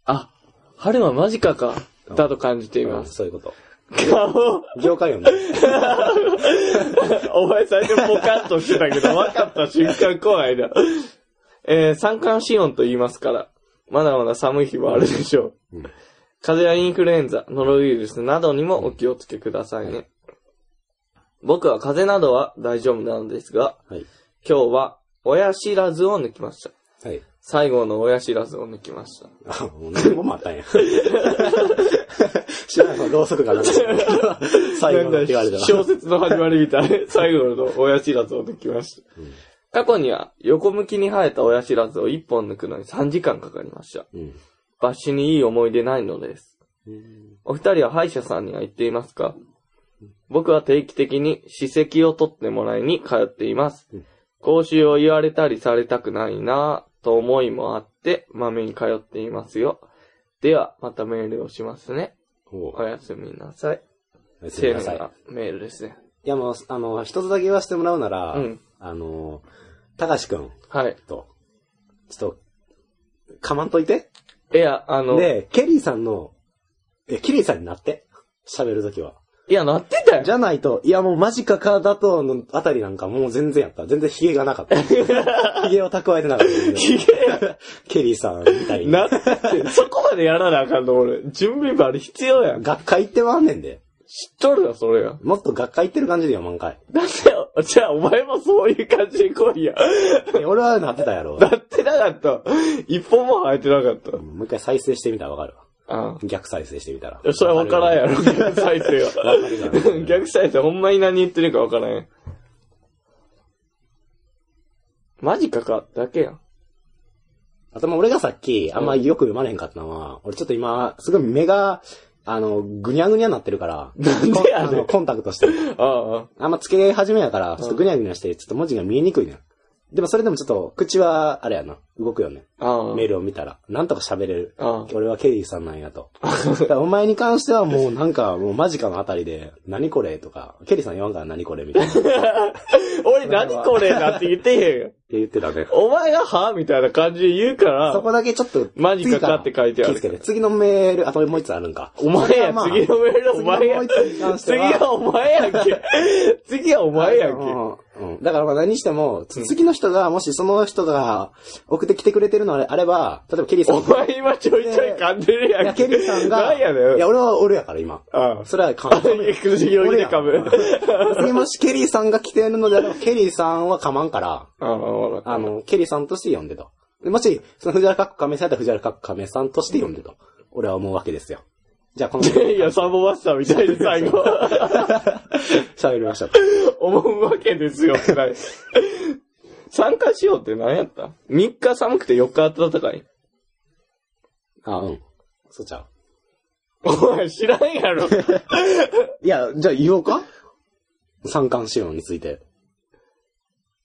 S1: あ、春は間近か、だと感じていま
S2: うん
S1: す。
S2: そういうこと。
S1: [laughs] 顔、
S2: 業界よね。
S1: お前最初ポカッとしてたけど、分かった瞬間怖いな。えー、三寒四温と言いますから、まだまだ寒い日もあるでしょう。
S2: うん
S1: 風邪やインフルエンザ、ノロウイルスなどにもお気をつけくださいね。僕は風邪などは大丈夫なのですが、
S2: はい。
S1: 今日は親知らずを抜きました。
S2: はい。
S1: 最後の親知らずを抜きました。
S2: あ、もう何本もあったんや。知らないのろうそく
S1: [laughs]
S2: がなんか最後のって言われたら。
S1: 小説の始まりみた [laughs] い。最後の親知らずを抜きました。
S2: うん
S1: 過去には横向きに生えた親知らずを1本抜くのに3時間かかりました。
S2: うん。
S1: 抜歯にいい思い出ないのです。
S2: うん
S1: お二人は歯医者さんには行っていますか僕は定期的に歯石を取ってもらいに通っています
S2: うん。
S1: 講習を言われたりされたくないなぁと思いもあって、まめに通っていますよ。では、またメールをしますね。
S2: おう
S1: おやすみなさい。
S2: おやす
S1: セ
S2: み
S1: ー
S2: な
S1: フ
S2: さい。
S1: なメールですね。
S2: いやもう、あの、一つだけ言わせてもらうなら、
S1: うん
S2: あの、たかしくん
S1: はい。
S2: と、ちょっと、かまんといて。
S1: いや、あの、
S2: で、ケリーさんの、え、ケリーさんになって。喋るときは。
S1: いや、なってたよ
S2: じ。ゃないと、いやもうマジかかだとのあたりなんかもう全然やった。全然ヒゲがな
S1: [laughs]
S2: かった。ヒゲを蓄えてなかった。ケリーさんみたいに。
S1: なって、 [laughs] そこまでやらなあかんの、俺。準備もあれ必要やん。知っ
S2: 学会行ってまんねんで。
S1: とるよ、それは。
S2: もっと学会行ってる感じでよ、満開。
S1: だってよ、じゃあお前もそういう感じで来いや。
S2: [laughs] え俺はなってたやろ。
S1: なってなかった。一本も生えてなかった。
S2: もう一回再生してみたらわかるわ。
S1: あ
S2: 逆再生してみたら。
S1: あ。それは分からんやろ、逆再生
S2: わかるわかる
S1: は。逆再生ほんまに何言ってるか分からん。マジかか、だけやん。
S2: あと、まあ、俺がさっき、あんまよく読まれへんかったのは、俺ちょっと今、すごい目が、あの、ぐにゃぐにゃになってるから、
S1: なんでやねん
S2: こんあのコンタクトしてる。
S1: ああああ、
S2: あんまつけ始めやから、ちょっとぐにゃぐにゃして、ちょっと文字が見えにくいねん。でもそれでもちょっと、口は、あれやな、動くよね。
S1: ああ。
S2: メールを見たら、なんとか喋れる。
S1: あ
S2: 俺はケリーさんなんやと。 [laughs] だからお前に関してはもうなんか、もう間近のあたりで、何これとか、ケリーさん言わんから何これみたいな。って
S1: 俺何これなって言ってへんよ。
S2: 言ってた
S1: [laughs]
S2: ね。
S1: お前がはみたいな感じで言うから
S2: そ、こだけちょっと、
S1: マジかかって書いてある
S2: 気付けて次のメール、あともう一つあるんか。
S1: お前や、次のメールお
S2: 次の
S1: 前や
S2: もう一。つに関して
S1: 次
S2: は。
S1: はお前やんけ。
S2: [laughs]
S1: 次はお前やんけ。
S2: うんうんだからまあ何しても、つ次の人が、もしその人が送ってきてくれてるのあれば、例えばケリーさ
S1: お
S2: んが。
S1: 前今ちょいちょい噛んでる
S2: い
S1: や
S2: や
S1: んけ。
S2: ケリーさんが、
S1: なんやねん。
S2: いや、俺は俺やから今。
S1: ああ。
S2: それはかまん。
S1: 苦 [laughs] しいよ、で噛む。
S2: 次もしケリーさんが来てるのであれば、ケリーさんはかまんから、
S1: ああ、わか
S2: あの、ケリーさんとして呼んでと。でもし、その藤原かっこ亀さんだったら藤原かっこ亀さんとして呼んでと。俺は思うわけですよ。じゃあこの、 [laughs]
S1: った。いや、サンボマスターみたいで最後、
S2: 喋りましたと。
S1: 思うわけですよってない。参加しようって何やった ?3 日寒くて4日暖かい。
S2: あ、うん。そうちゃう。
S1: お前知らんや
S2: [laughs]
S1: ろ。
S2: いや、じゃあ言おうか三冠資料について。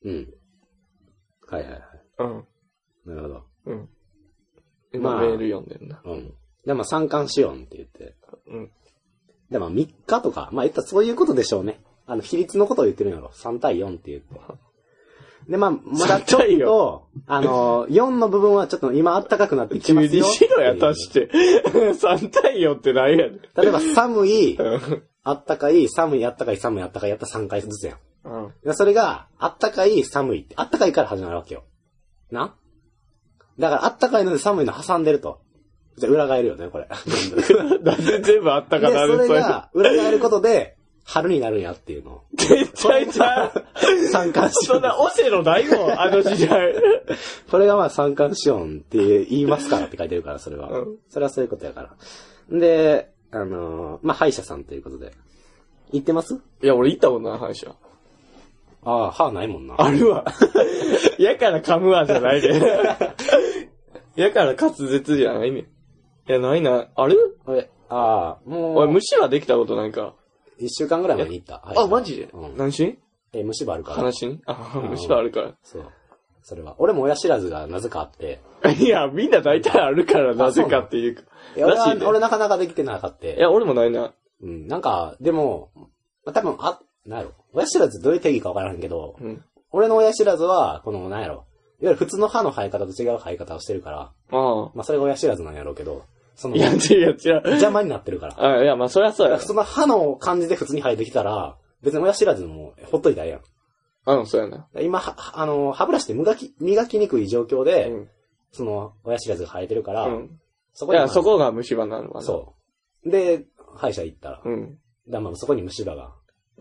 S2: うん。はいはいはい。
S1: うん。
S2: なるほど。
S1: うん。
S2: ま
S1: 今
S2: あ
S1: メール読んでんな。
S2: うん。で、まあ三冠資料って言って。
S1: うん。
S2: で、まあ3日とか、まあ言ったらそういうことでしょうね。あの、比率のことを言ってるんやろ。3対4って言って。で、まあ、まだちょ
S1: 3対
S2: っ
S1: 4
S2: と、あの、4の部分はちょっと今暖かくなってきて
S1: 急
S2: ます
S1: に
S2: よ。。
S1: 白や、足して [laughs] て。3対4って何やねん。
S2: 例えば寒い、
S1: うん
S2: 暖かい、寒い、暖かい、寒い、暖かい、やったら3回ずつやん。
S1: うん。
S2: でそれが、あったかい、寒いって、あったかいから始まるわけよ。なだから、あったかいので寒いの挟んでると。じゃあ裏返るよね、
S1: [laughs]
S2: これ。で、
S1: なんで全部あった
S2: そ
S1: かなる
S2: れが、裏返ることで、春になるんやっていうのを。
S1: 絶対ちゃう。
S2: 三寒四
S1: [laughs] そん
S2: 温。
S1: なオセロないも [laughs] ん、あの時代。
S2: これがまあ三寒四温って言いますからって書いてるから、それは
S1: うん。
S2: それはそういうことやから。で、あのーまあ、歯医者さんということで。行ってます
S1: いや、俺行ったことない、歯医者。
S2: ああ、歯ないもんな。
S1: あるわ。 [laughs] やから噛むわじゃない [laughs] で。やから滑舌じゃないね。いや、ないな。あれ
S2: あれああ、も、
S1: おいう虫はできたことないか。
S2: 一週間ぐらい前に行った。
S1: あ、マジで
S2: うん
S1: 何し
S2: え、虫歯あるから。
S1: 話にあ、
S2: ん
S1: 虫はあるか
S2: そう。それは。俺も親知らずがなぜかあって。
S1: ら。 [laughs] いや、みんな大体あるから、なぜかっていうか。
S2: いや俺
S1: らし
S2: はい
S1: ね。
S2: 俺なかなかできてなかった。
S1: いや、俺もないな。
S2: うん。なんか、でも、まあ、多分、あ、なんやろ。親知らずどういう定義かわからんけど、
S1: うん。
S2: 俺の親知らずは、この、なんやろ。いわゆる普通の歯の生え方と違う生え方をしてるから、
S1: あ
S2: まあそれが親知らずなんやろうけど、そ
S1: あ。[laughs]
S2: の
S1: い、や、違う違う。
S2: 邪魔になってるから。だか
S1: あいや、まあ、そりゃそうや
S2: ら。その歯の感じで普通に生えてきたら、別に親知らずもほっといたらええやん。だか
S1: うん、そうやな。
S2: ら今、はあの、歯ブラシって磨き、磨きにくい状況
S1: う
S2: で、
S1: ん。
S2: その、親知らずが生えてるから、
S1: うん。
S2: そ
S1: い
S2: に
S1: や、そこが虫歯なのかな。
S2: そう。で、歯医者行ったら、だか
S1: う。うん。
S2: らまあそこに虫歯が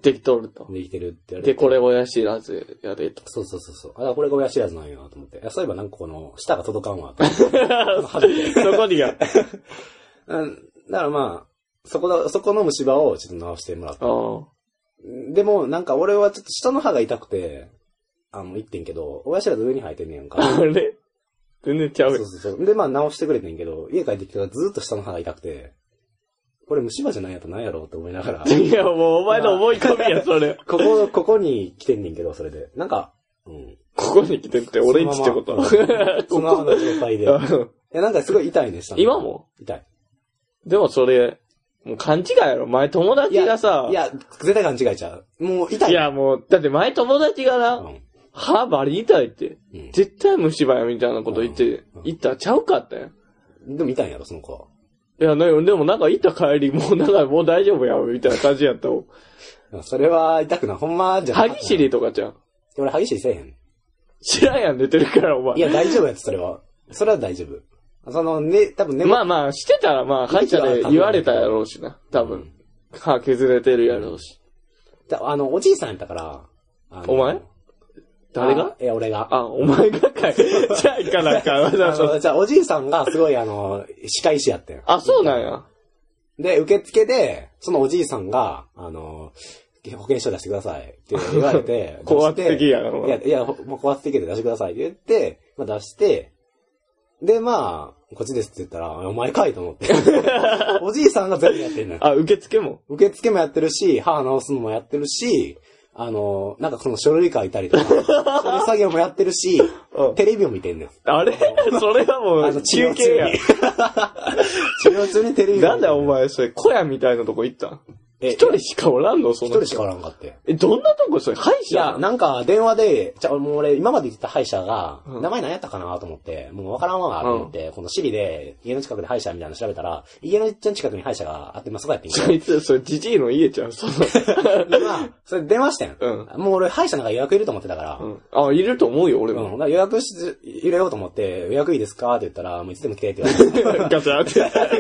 S1: できとると。
S2: できてるって言われて。
S1: で、これ親知らずやでと。
S2: そうそうそうそう。あ、だからこれが親知らずなんやなと思って。いやそういえばなんかこの、舌が届かんわと。
S1: [laughs] [laughs] そこにが。 [laughs]
S2: うん。だからまあ、そこだ、そこの虫歯をちょっと直してもらった。
S1: あ
S2: でも、なんか俺はちょっ
S1: [laughs]
S2: と下の歯が痛くて、あの、言ってんけど、親知らず上に生えてんねやんか。
S1: あ。あれ全然ちゃう
S2: そう
S1: よ。
S2: そうそう。で、まあ直してくれてんけど、家帰ってきたらずーっと下の歯が痛くて、これ虫歯じゃないやとなんやろうって思いながら、
S1: いや、 [laughs] もうお前の思い込
S2: [laughs]
S1: みや、それ。
S2: ここ、ここに来てんねんけど、それで。なんか、うん。
S1: [laughs] ここに来てって、俺んちってこと
S2: そのま
S1: [laughs]
S2: まそのままの状態で。い
S1: あの
S2: や、なんかすごい痛いね、下の
S1: 今も
S2: 痛い。
S1: [laughs] でもそれ、もう勘違いやろ。前友達がさ、
S2: いや、絶対勘違いちゃう。もう痛い。
S1: いやもう、だって前友達が
S2: う
S1: な、
S2: ん。
S1: 歯バリ痛いって、
S2: うん。
S1: 絶対虫歯やみたいなこと言って
S2: うん、
S1: 言ったらちゃうかったよ。
S2: でも痛いんやろ、その子は。
S1: いや、なんかでもなんか行った帰り、もうなんかもう大丈夫や、みたいな感じやったもん。
S2: それは痛くない。ほんまじゃ
S1: 歯ぎしりとかじゃん。
S2: 俺、歯ぎしりせえへん。
S1: 知らんやん、寝てるから、お前。
S2: いや、大丈夫やつ、それは。それは大丈夫。その、ね、多分ね、
S1: まあまあ、してたらまあ、歯医者で言われたやろうしな、多分。歯削れてるやろうし。
S2: だあの、おじいさんやったから。あの
S1: お前誰が
S2: あいや、俺が。
S1: あ、お前がかい。じゃあ行かなあかんわ
S2: あ
S1: ざわざ
S2: のじゃあ、おじいさんがすごい、あの、歯科医師やったよ。
S1: あ、そうなんや。、
S2: で、受付で、そのおじいさんが、あの、保険証出してくださいって言われて
S1: [laughs] 高圧的やなお
S2: い
S1: 前
S2: や、いや、ほもう高圧的で出してくださいって言って、まあ出して、で、まあ、こっちですって言ったら、お前かいと思
S1: [laughs]
S2: って。おじいさんが全部やってんのよ。
S1: あ、受付も。
S2: 受付もやってるし、歯直すのもやってるし、あの、なんかその書類書いたり
S1: [laughs]
S2: とか、そういう作業もやってるし、
S1: うん
S2: テレビを見てんのよ。
S1: あれそれはも
S2: あ
S1: う、
S2: の、治療
S1: 中
S2: 中
S1: 継
S2: に。
S1: や。[laughs]
S2: 治療中にテレビを見て
S1: なんだよお。前、それ、小屋みたいなとこ行ったん
S2: え
S1: 一人しかおらんのそ
S2: 一
S1: の
S2: 人しかおらんかって。
S1: え、どんなとこそれ、歯医
S2: い
S1: 者
S2: や、なんか、電話で、じゃあ、もう俺、今まで言ってた歯医者が、
S1: うん
S2: 名前何やったかなと思って、もうわからんわ、と思って、このシリで、家の近くで歯医者みたいなの調べたら、家のちゃん近くに歯医者があって、まあ、そこやってんけど
S1: そいつ、それ、じじいの家ちゃん、その、 [laughs]
S2: でまあ、それ電話したやん。
S1: う
S2: もう俺、歯医者なんか予約いると思ってたから、
S1: うん。あ、いると思うよ、俺
S2: うん。
S1: も。
S2: だから予約し、入れようと思って、予約いいですかって言ったら、もういつでも来てって言われて。
S1: [laughs] ガチャって。
S2: [laughs]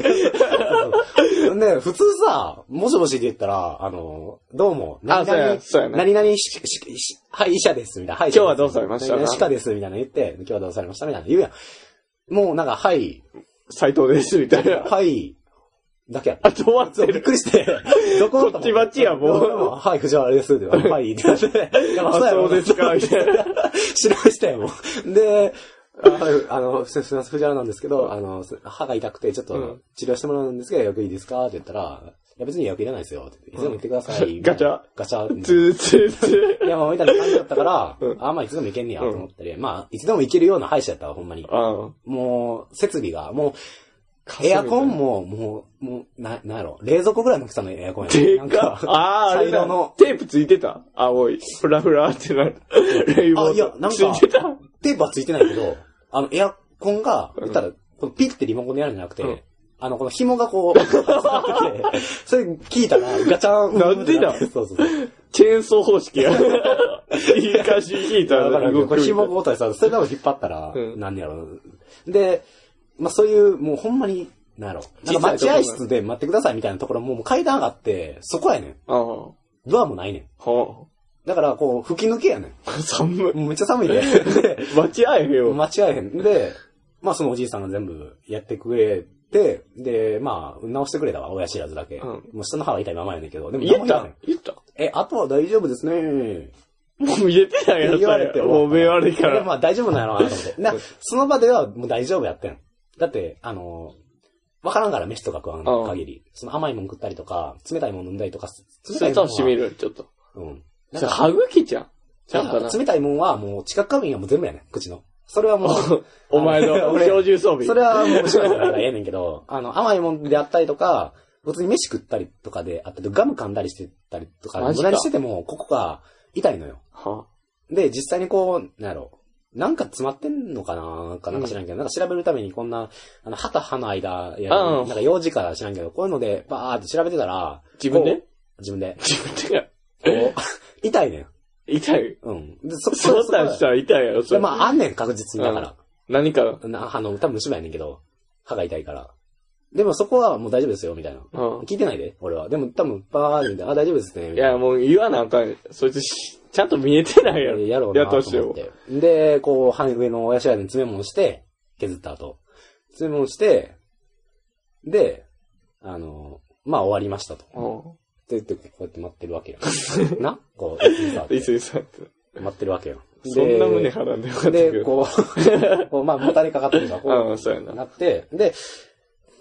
S2: で、普通さ、もしもしって言ったら、あの、どうも、
S1: あそうやそうやな
S2: 何々し、し、し、はい、医者です、みたいな。はい、
S1: 今日はどうされました
S2: 何々歯科です、みたいな言って、今日はどうされましたみたいな言うやん。もうなんか、はい、
S1: 斎藤です、みたいな。
S2: はい、だけやった
S1: あ、止まって
S2: そうびっ
S1: る。
S2: くりして、 [laughs] どこ
S1: こっちばっちやもう
S2: どもはい、藤原です、って言われてはい、って言って。いやま
S1: あ、
S2: あやろ
S1: そうですか、みたいな。
S2: 知らんしたよ、もう。で、あはいあの、すすみません、藤原なんですけど、あの、す歯が痛くて、ちょっ
S1: う
S2: と
S1: ん
S2: 治療してもらうんですけど、よくいいですかって言ったら、いや別に予約いらないですよ。って言っていつでも行ってください。
S1: [laughs] ガチャ
S2: ガチャ。
S1: つーつーつー。
S2: いや、もうみたいな感じだったから、
S1: うん
S2: あ、まあいつでも行けんねやと思ったり、まあいつでも行けるような歯医者やったわ、ほんまに。
S1: あ
S2: もう、設備が、も
S1: あ
S2: う、エアコンも、もう、もう、な、なんやろ、冷蔵庫ぐらいの大きさのエアコンやね
S1: で
S2: なん
S1: かああ、あれ
S2: 茶
S1: だ
S2: 色の。
S1: テープついてた青い。フラフラってなる。レインボー
S2: あ、いや、なん
S1: ついてた
S2: か、テープはついてないけど、あの、エアコンが、言ったら、このピッてリモコンでやるんじゃなくて、
S1: うん
S2: あの、この紐がこう、 [laughs] 集まってて、それ聞いたら、ガチャン。
S1: なんでだ
S2: そうそうそう。
S1: チェーンソー方式
S2: [laughs]
S1: や。いい感じ引いた
S2: だから、これ紐
S1: 紐
S2: ごとにさ、それでも引っ張ったら、
S1: うん
S2: なんやろで、まあそういう、もうほんまに、なんやろなんか待合室で待ってくださいみたいなところも、もう階段上がって、そこやねん。
S1: ああ。は
S2: ドアもないねん。だから、こう、吹き抜けやね
S1: あ。寒い
S2: ん。。もうめっちゃ寒いで。で
S1: 待ち合えへんよ。
S2: 間違えへん。で、まあそのおじいさんが全部やってくれて、で、まあ、直してくれたわ、親知らずだけ。
S1: うん
S2: もう下の歯は痛いままやねんけど、でも
S1: 言っ
S2: 何も
S1: た
S2: わ
S1: 言った
S2: へんえ、あとは大丈夫ですね。
S1: もう言えてないや
S2: って
S1: つ
S2: 言われて。
S1: もう目悪いか
S2: で
S1: ら。
S2: まあ大丈夫なんやろうなと
S1: [laughs]
S2: 思って。な
S1: うん、
S2: その場ではもう大丈夫やってん。だって、あの、わからんから飯とか食わん限り。その甘いもん食ったりとか、冷たいもん飲んだりとか、冷
S1: それ
S2: もん
S1: と
S2: は
S1: しみる、ちょっと。
S2: うん。
S1: それ歯茎じゃん。ちゃんかな。
S2: 冷たいもんはもう、近く過敏はもう全部やねん、口の。それは
S1: [laughs]
S2: もう、
S1: お前の
S2: [laughs] 俺
S1: 標準装備。
S2: それはもう後ろからええねんけど、 [laughs] あの、甘いもんであったりとか、普通に飯食ったりとかであったりとか、ガム噛んだりしてたりとか、
S1: マジ
S2: 無
S1: か
S2: 駄にしてても、ここが痛いのよ。
S1: は
S2: で、実際にこう、なんやろ。なんか詰まってんのかなかなんか知らんけど、なんか調べるためにこんな、あの、歯と歯の間やる、
S1: うん
S2: なんか用事から知らんけど、こういうので、バーって調べてたら、
S1: 自分で
S2: こう自分で。
S1: 自分で
S2: こう [laughs] 痛いねん。
S1: 痛い。
S2: うん。で、 [laughs] そ、
S1: そんなんしたら痛いやろ、そ
S2: で
S1: れ。
S2: まあ、あんねん、確実にだから。
S1: 何か。
S2: な、あの、多分虫歯やねんけど、歯が痛いから。でもそこはもう大丈夫ですよ、みたいな。
S1: うん。
S2: 聞いてないで、俺は。でも多分、バーって見て、あ、大丈夫ですね、み
S1: い
S2: たいな。
S1: や、もう言わなあかん。そいつし、ちゃんと見えてないやろ。
S2: やろうなと
S1: やっ
S2: 思
S1: たしよ
S2: って。で、こう、歯上の親知らずに詰め物して、削った後。詰め物して、で、あの、まあ終わりましたと。って
S1: う
S2: [laughs] 言って、こうやって待ってるわけよ。なこう、椅子に座っ
S1: ん。い
S2: て
S1: ついつ。
S2: 待ってるわけよ。
S1: そんな胸張らんでよかったけ
S2: で、
S1: ど。[laughs]
S2: こう、こうまあ、もたれかかってるから、こ
S1: うん、そうや
S2: う、
S1: な。
S2: なって、で、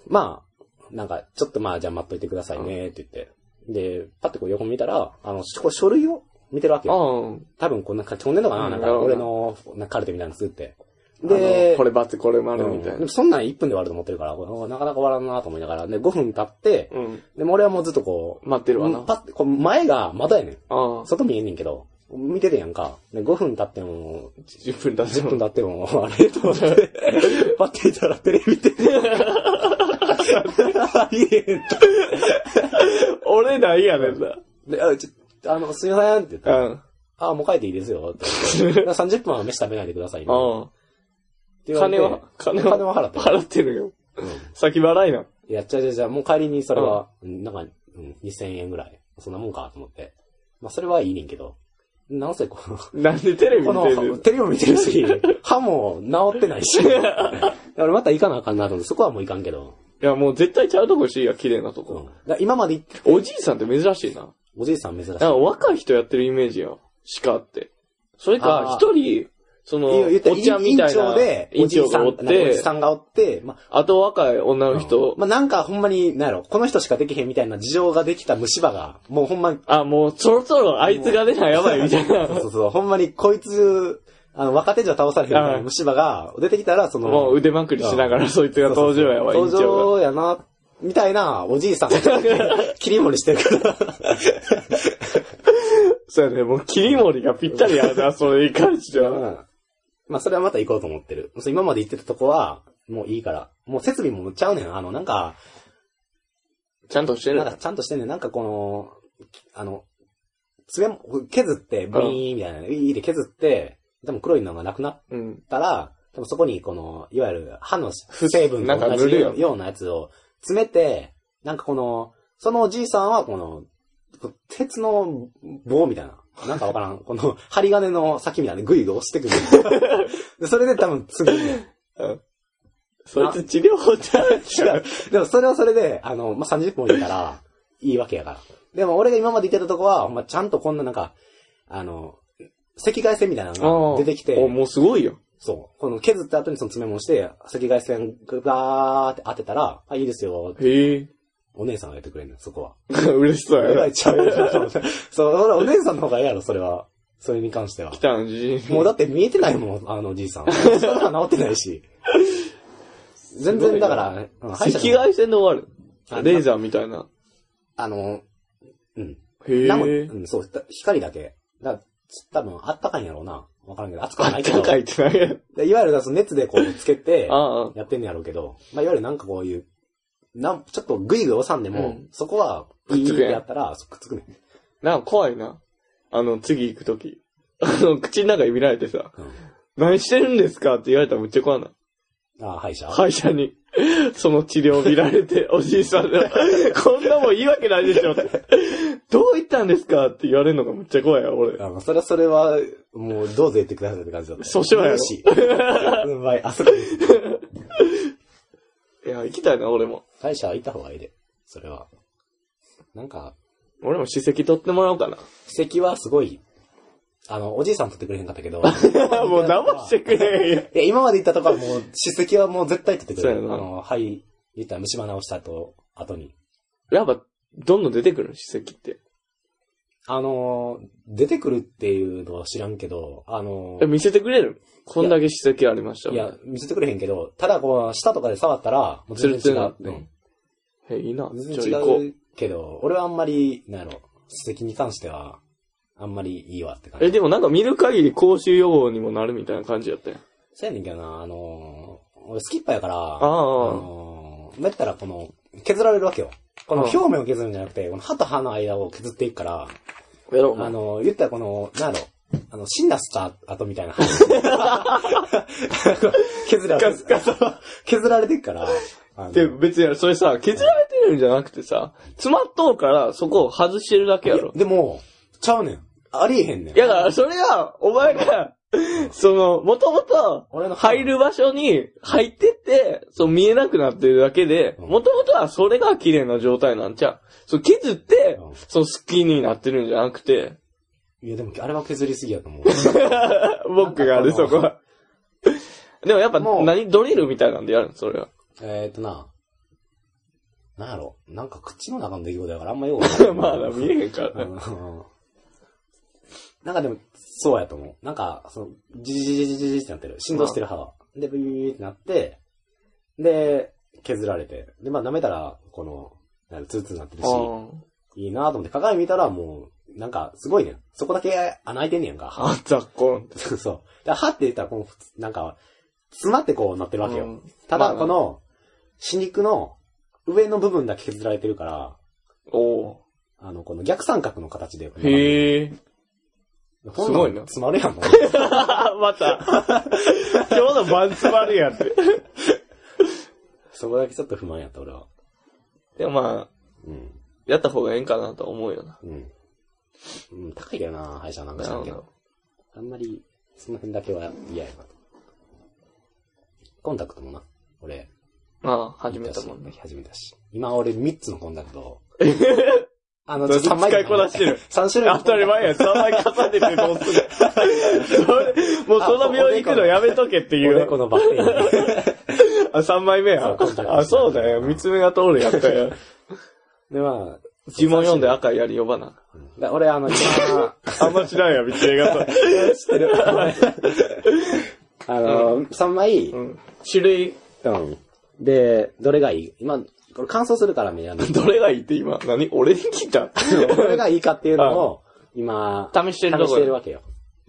S2: まあ、なんか、ちょっとまあ、じゃあ待っといてくださいね、って言って。で、パッてこう横見たら、あの、これ書類を見てるわけ
S1: あ
S2: よ。
S1: ん。
S2: 多分こんな感じ飛んでんのかな
S1: うん
S2: なん
S1: なる
S2: か、
S1: ほど
S2: 俺の、なんかカルテみたいなの作って。
S1: で
S2: で、、
S1: これバツ、これ丸
S2: う
S1: み
S2: ん
S1: たい
S2: で
S1: な
S2: も。そんなん1分で終わると思ってるから、これなかなか終わらんなと思いながら。で、5分経って、
S1: うん。
S2: でも俺はもうずっとこう、
S1: 待ってるわ
S2: う。
S1: なん
S2: パッて、こう前が窓やねん。
S1: ああ。
S2: 外見えんねんけど、見ててんやんか。で、5分経っても、
S1: 10分だ、
S2: 10分経っても、あれ [laughs] と思って、パッて見たらテレビ [laughs] で。ありえんと
S1: 俺ないやねんな。
S2: であちょあの、すいませんって言ったら、
S1: うん。
S2: あ、もう帰っていいです [laughs] よ。って言って30分は飯食べないでくださいね。
S1: あ
S2: って言われ
S1: 金
S2: て
S1: は、金
S2: 金
S1: は
S2: は払って。
S1: 払ってるよ。先払いな。
S2: いや、じゃあじゃあじゃあもう帰りにそれは、うんなんか、うん、2000円ぐらい。そんなもんかと思って。まあ、それはいいねんけど。なんせこの、
S1: なんでテレビ
S2: こ
S1: 見て
S2: の、
S1: る
S2: テレビも見てるし、 [laughs] 歯も治ってない [laughs] し。俺また行かなあかんなと思って、そこはもう行かんけど。
S1: いや、もう絶対ちゃうとこ欲しいや、綺麗なと
S2: うん。だ
S1: こ。
S2: から今まで行って、
S1: おじいさんって珍しいな。
S2: おじいさん珍しい。
S1: なんか若い人やってるイメージよ。鹿って。それ
S2: あ
S1: か
S2: あ、
S1: 一人、その、お
S2: 言う
S1: っ
S2: 言
S1: ちゃんみたいな、
S2: で、お
S1: 院
S2: じ
S1: 長
S2: いさ
S1: が
S2: ん、
S1: お
S2: な
S1: っ
S2: んかおじ
S1: て、
S2: さんがおって、ま
S1: あと若い女の人、
S2: まあ、なんかほんまに、なんやろ、この人しかできへんみたいな事情ができた虫歯が、もうほんまに、
S1: あ、もうそろそろあいつが出ないやばいみたいな。
S2: [laughs] そうそうそう、ほんまにこいつ、あの、若手じゃ倒されへんみたいな
S1: うん
S2: 虫歯が出てきたら、その、
S1: もう腕まくりしながらそいつが登場やわ、院
S2: 登
S1: 長が。
S2: 場やな、みたいな、おじ
S1: [laughs]
S2: いさん。切り盛りしてるから。
S1: そうやね、もう切り盛りがぴったりやな、それに関して
S2: う
S1: は。
S2: んまあ、それはまた行こうと思ってる。そう今まで行ってたとこは、もういいから。もう設備もむっちゃうねん。あの、なんか、
S1: ちゃんとしてる
S2: なんかちゃんとしてんねん。なんかこの、あの、爪も削って、ブイーンみたいな、ウィーで削って、多分黒いのがなくなっ
S1: うん。
S2: たら、多分そこにこの、いわゆる歯の成分と同じようなやつを詰めて、なんかこの、そのおじいさんはこの、こう鉄の棒みたいな。なんかわからん。この、針金の先みたいなグイグイ押してくる。 [laughs] でそれで多分次に。
S1: そいつ治療法ちゃう
S2: 違う。でもそれはそれで、あの、まあ、30分置いてたら、いいわけやから。でも俺が今まで行ってたとこは、ほんまちゃんとこんななんか、あの、赤外線みたいなのが出てきて、
S1: お、もうすごいよ。
S2: そう。この削った後にその爪もして、赤外線がガーって当てたら、あ、いいですよ。
S1: へえ。
S2: お姉さんがやってくれんねん、そこは。
S1: 嬉しそうやな。
S2: ちゃう。そう、ほら、お姉さんの方が嫌やろ、それは。それに関しては。
S1: 来たん、じじい
S2: もうだって見えてないもん、あのおじいさん。それは治ってないし。全然、だから、うん歯
S1: 赤
S2: 医者の
S1: 外線で終わ
S2: あ
S1: る。レーザーみたいな。
S2: あの、うん。
S1: へ
S2: なんも
S1: え。
S2: うん、そう、だ光だけ。だからつ多分、あったかいんやろうな。わからんけど、熱くはないけど。
S1: 高いってないやん。
S2: [laughs] でいわゆるだからその熱でこうつけて、
S1: [laughs] ああ。
S2: やってんねやろうけど、まあ、いわゆるなんかこういう、なん、ちょっとグイグイ押さんでも、
S1: うん
S2: そこは、
S1: っ
S2: いい
S1: つ
S2: っ
S1: く
S2: て
S1: やん
S2: やったら、そうくっつくねん。
S1: なんか怖いな。あの、次行くとき。あの、口の中に見られてさ、何してるんですかって言われたらめっちゃ怖いな。
S2: ああ、歯医者。
S1: 歯医者に、その治療を見られ
S2: [laughs]
S1: て、おじいさんが、こんなもんいいわけないでしょって。どう言ったんですかって言われるのがめっちゃ怖いよ、俺。
S2: あの、それはそれは、もう、どうぞ言ってくださいって感じだった。
S1: 訴訟やろ
S2: よし。うん、まい。あそこに。
S1: いや、行きたいな、俺も。
S2: 歯医者はいた方がいいで。それは。なんか、
S1: 俺も歯石取ってもらおうかな。
S2: 歯石はすごい、あの、おじいさん取ってくれへんかったけど。
S1: [laughs] もう騙してくれへんや。
S2: いや、今まで行ったとこはもう、歯石はもう絶対取ってくれる。
S1: そうや
S2: あ
S1: な
S2: の、はい、言ったら虫歯直した後、後に。
S1: やっぱ、どんどん出てくる歯石って。
S2: あのー、出てくるっていうのは知らんけど、あのー
S1: え、見せてくれるこんだけ歯石ありました。
S2: いや、見せてくれへんけど、ただこう、舌とかで触ったら、もう
S1: ツ
S2: 全
S1: ルツ
S2: 然
S1: ル
S2: 違
S1: な
S2: う
S1: っ。
S2: う
S1: て
S2: ん。
S1: え、いいな。
S2: 全
S1: じ
S2: 然
S1: ゃあ行こう
S2: 違。うけど、俺はあんまり、なんやろ、素敵に関しては、あんまりいいわって感
S1: え、
S2: じ。
S1: でもなんか見る限り口臭予防にもなるみたいな感じやったやん。
S2: そうやねんけどな、あのー、俺スキッパやから、あ
S1: あ
S2: のー、だったらこの、削られるわけよ。この
S1: うん
S2: 表面を削るんじゃなくて、この歯と歯の間を削っていくから、
S1: やろう。
S2: あの、言ったらこの、なんやろ、あの、死んだした後みたいな。 [laughs] 削られて、削られてっから、あの
S1: で、別にそれさ、削られてるんじゃなくてさ、詰まっとうからそこを外してるだけやろ。
S2: でも、ちゃうねん。ありえへんねん。
S1: いやだから、それは、お前が、 [laughs] その、もともと、
S2: 俺の歯
S1: 入る場所に入ってって、そう見えなくなってるだけで、
S2: うん
S1: もともとはそれが綺麗な状態なんちゃう。そう削って
S2: うん、
S1: そう好きになってるんじゃなくて、
S2: いや、でも、あれは削りすぎやと思う。
S1: [laughs] 僕がある、
S2: な
S1: そ
S2: んかこの
S1: こは。 [laughs] でもやっぱ、
S2: もう
S1: 何、ドリルみたいなんでやるのそれは。 [laughs]
S2: えーっとな、なんやろ、なんか口の中の出来事だからあんまよくわかんな
S1: [laughs]
S2: い
S1: まあな、見えへんからね。
S2: うんなんかでも、そうやと思う。なんか、その、じじじじじじってなってる。振動してる歯が。で、ブイーってなって、で、削られて。で、まあ舐めたら、この、なんかツーツーになってるし、いいなと思って鏡見たらもう、なんか、すごいね。そこだけ穴開いてんねやんか、
S1: あ
S2: 歯。 [laughs]
S1: あ、雑魚。
S2: そうそう。だから歯って言ったら、この、なんか、詰まってこうなってるわけ
S1: う
S2: よ。
S1: ん
S2: た
S1: まあ
S2: だ、
S1: ね
S2: この、死肉の上の部分だけ削られてるから、
S1: おー
S2: あの、この逆三角の形で。
S1: へえ。
S2: こん
S1: す
S2: な
S1: ご
S2: の
S1: いな
S2: 詰まるやんもう。
S1: [laughs] また。 [laughs] 今日の晩詰まるやんって。
S2: [laughs] そこだけちょっと不満やった、俺は。
S1: でもまあ、
S2: うん。
S1: やった方がええんかなとは思うよな。
S2: うん。うん、高いけどな、歯医者なんかし
S1: な
S2: た
S1: るほ
S2: んけど
S1: ど。。
S2: あんまり、その辺だけは嫌やなと。コンタクトもな、俺。
S1: ああ、始めたもんね。
S2: 始めたし。今俺3つのコンタクト
S1: [laughs]
S2: を。あの
S1: どうせ使いこなして
S2: [laughs]
S1: る。
S2: 3種類
S1: [laughs]
S2: の
S1: 当
S2: コンタクト
S1: たり前や、3枚重ねてどうするそれもうその病院行くのやめとけってい
S2: おで
S1: う
S2: こ。のバッテリー。
S1: あ、3枚目や
S2: そうコンタク。ト
S1: あ、そうだよ。三つ目が通るやったよ。
S2: で、まあ、
S1: 呪文読んで赤い槍呼ばな。
S2: うんだ俺
S1: [laughs]
S2: あの、一番、
S1: あんま知らんや、三つ目が通る。
S2: 知ってる。 [laughs] あの、3枚、
S1: うん。種類、
S2: うん。で、どれがいい今、これ乾燥するから目あの、
S1: [laughs] どれがいいって今、何俺に聞いた
S2: どれがいいかっていうのを、今、
S1: 試してると
S2: 試
S1: こ
S2: してるわけよ。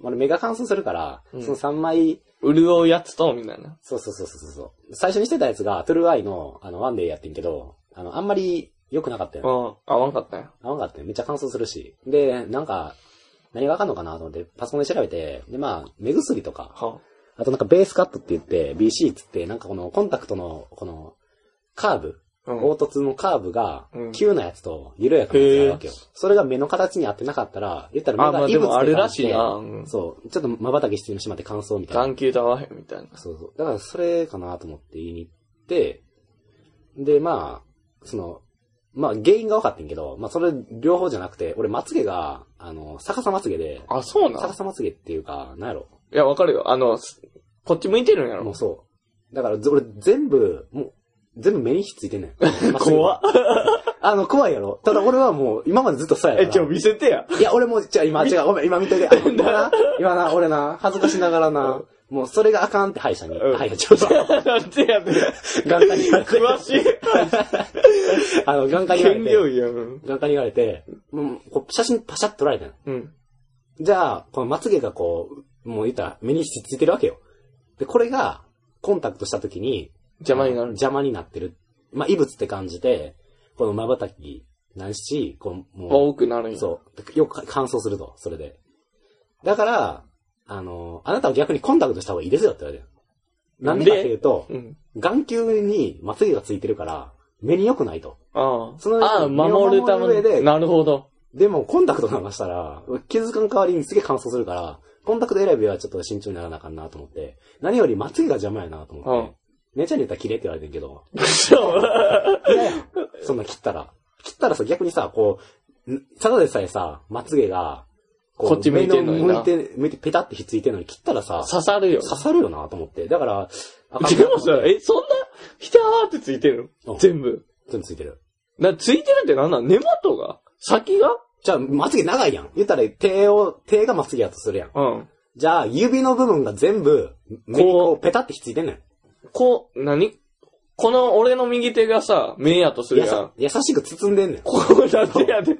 S2: 俺目が乾燥するから、
S1: うん
S2: その3枚、
S1: 潤うやつと、みたいな。
S2: そうそうそうそうそう。最初にしてたやつが、トゥルーアイの、あの、ワンデーやってんけど、あの、あんまり良くなかったよ
S1: うん。
S2: ね。
S1: 合わんかったよ。
S2: 合わんかったよ。めっちゃ乾燥するし。で、なんか、何がわかんのかなと思って、パソコンで調べて、で、まあ、目薬とか、
S1: は
S2: あとなんかベースカットって言って、BC っつって、なんかこのコンタクトの、この、カーブ、
S1: うん
S2: 凹凸のカーブが
S1: うん、
S2: 急なやつと緩やかなやつがあるわけよ。それが目の形に合ってなかったら、言ったら
S1: あ、
S2: 目
S1: ま
S2: が
S1: あ
S2: 異
S1: で
S2: 物
S1: もあ
S2: って
S1: る
S2: 感
S1: ら
S2: じ
S1: しい
S2: で
S1: な。うん。
S2: そう、ちょっと瞬きしてしまって乾燥みたいな。
S1: 眼球と合わへんみたいな。
S2: そうそう。だからそれかなと思って言いに行って、で、まあ、その、まあ原因が分かってんけど、まあそれ両方じゃなくて、俺まつげが、あの、逆さまつげで、
S1: あ、そうな
S2: 逆
S1: の
S2: さまつげっていうか、なんやろ、
S1: いや、わかるよ。あの、すこっち向いてるんや
S2: もう
S1: ろ。
S2: そう。だから、ず俺全部、もう、全部目にひっつ
S1: [laughs]
S2: いてんねん。
S1: 怖っ
S2: っ。 [laughs] あの、怖いやろ。ただ俺はもう、今までずっとそうやか
S1: え、
S2: ら。
S1: ちょ、見せてや。
S2: いや、俺も、じゃあ今、違う、ごめん、今見といて。あ
S1: [laughs]
S2: 今な、今な、俺な、恥ずかしながらな、もうそれがあかんって歯医者に。
S1: うん
S2: 歯医者ちょっと、
S1: なんてやねん。
S2: 眼科に言われて、
S1: 詳しい。
S2: あの、眼科に言われ
S1: 兼業
S2: て、
S1: 医やん。
S2: 眼科に言われて、もう、こう写真パシャッと撮られたの。
S1: うん。
S2: じゃあ、このまつげがこう、もう言ったら目にひっついてるわけよ。で、これが、コンタクトした時に、
S1: 邪魔になる。
S2: 邪魔になってる。まあ、異物って感じで、この瞬きないし、こう、も
S1: 多くなるん
S2: う、
S1: や。
S2: そう、よく乾燥すると、それで。だから、あの、あなたは逆にコンタクトした方がいいですよって言われてる。なんでかっていうと、
S1: うん。
S2: 眼球にまつげがついてるから、目に良くないと。
S1: ああ。
S2: その
S1: ああ、守るため
S2: 身を守る上で
S1: に。なるほど。
S2: でも、コンタクトなんかしたら、気づかん代わりにすげえ乾燥するから、コンタクト選びはちょっと慎重にならなあかんなと思って、何よりまつげが邪魔やなと思って、姉ちゃんに言ったら切れって言われてんけど、
S1: そう。
S2: いやいや、 [laughs] そんな切ったら。切ったらさ、逆にさ、こう、んただでさえさ、まつげが、う
S1: こっち向いてんのに
S2: 目
S1: な
S2: 向いて、向いてペタってひっついてんのに切ったらさ、
S1: 刺さるよ。
S2: 刺さるよなと思って。だから、あ
S1: でもさ、
S2: え
S1: え、そんな、ひたーってついてる
S2: う
S1: の
S2: ん
S1: 全部。
S2: 全部ついてる。
S1: な、ついてるってなんなん根元が先が
S2: じゃあ、まつげ長いやん。言ったら手を、手がまつげやとするやん。
S1: うん。
S2: じゃあ、指の部分が全部、目にこう、ペタってひっついてんねん。
S1: こう、何この俺の右手がさ、目やとする
S2: や
S1: やん
S2: さ。優しく包んでんねん。
S1: こうなんてやで。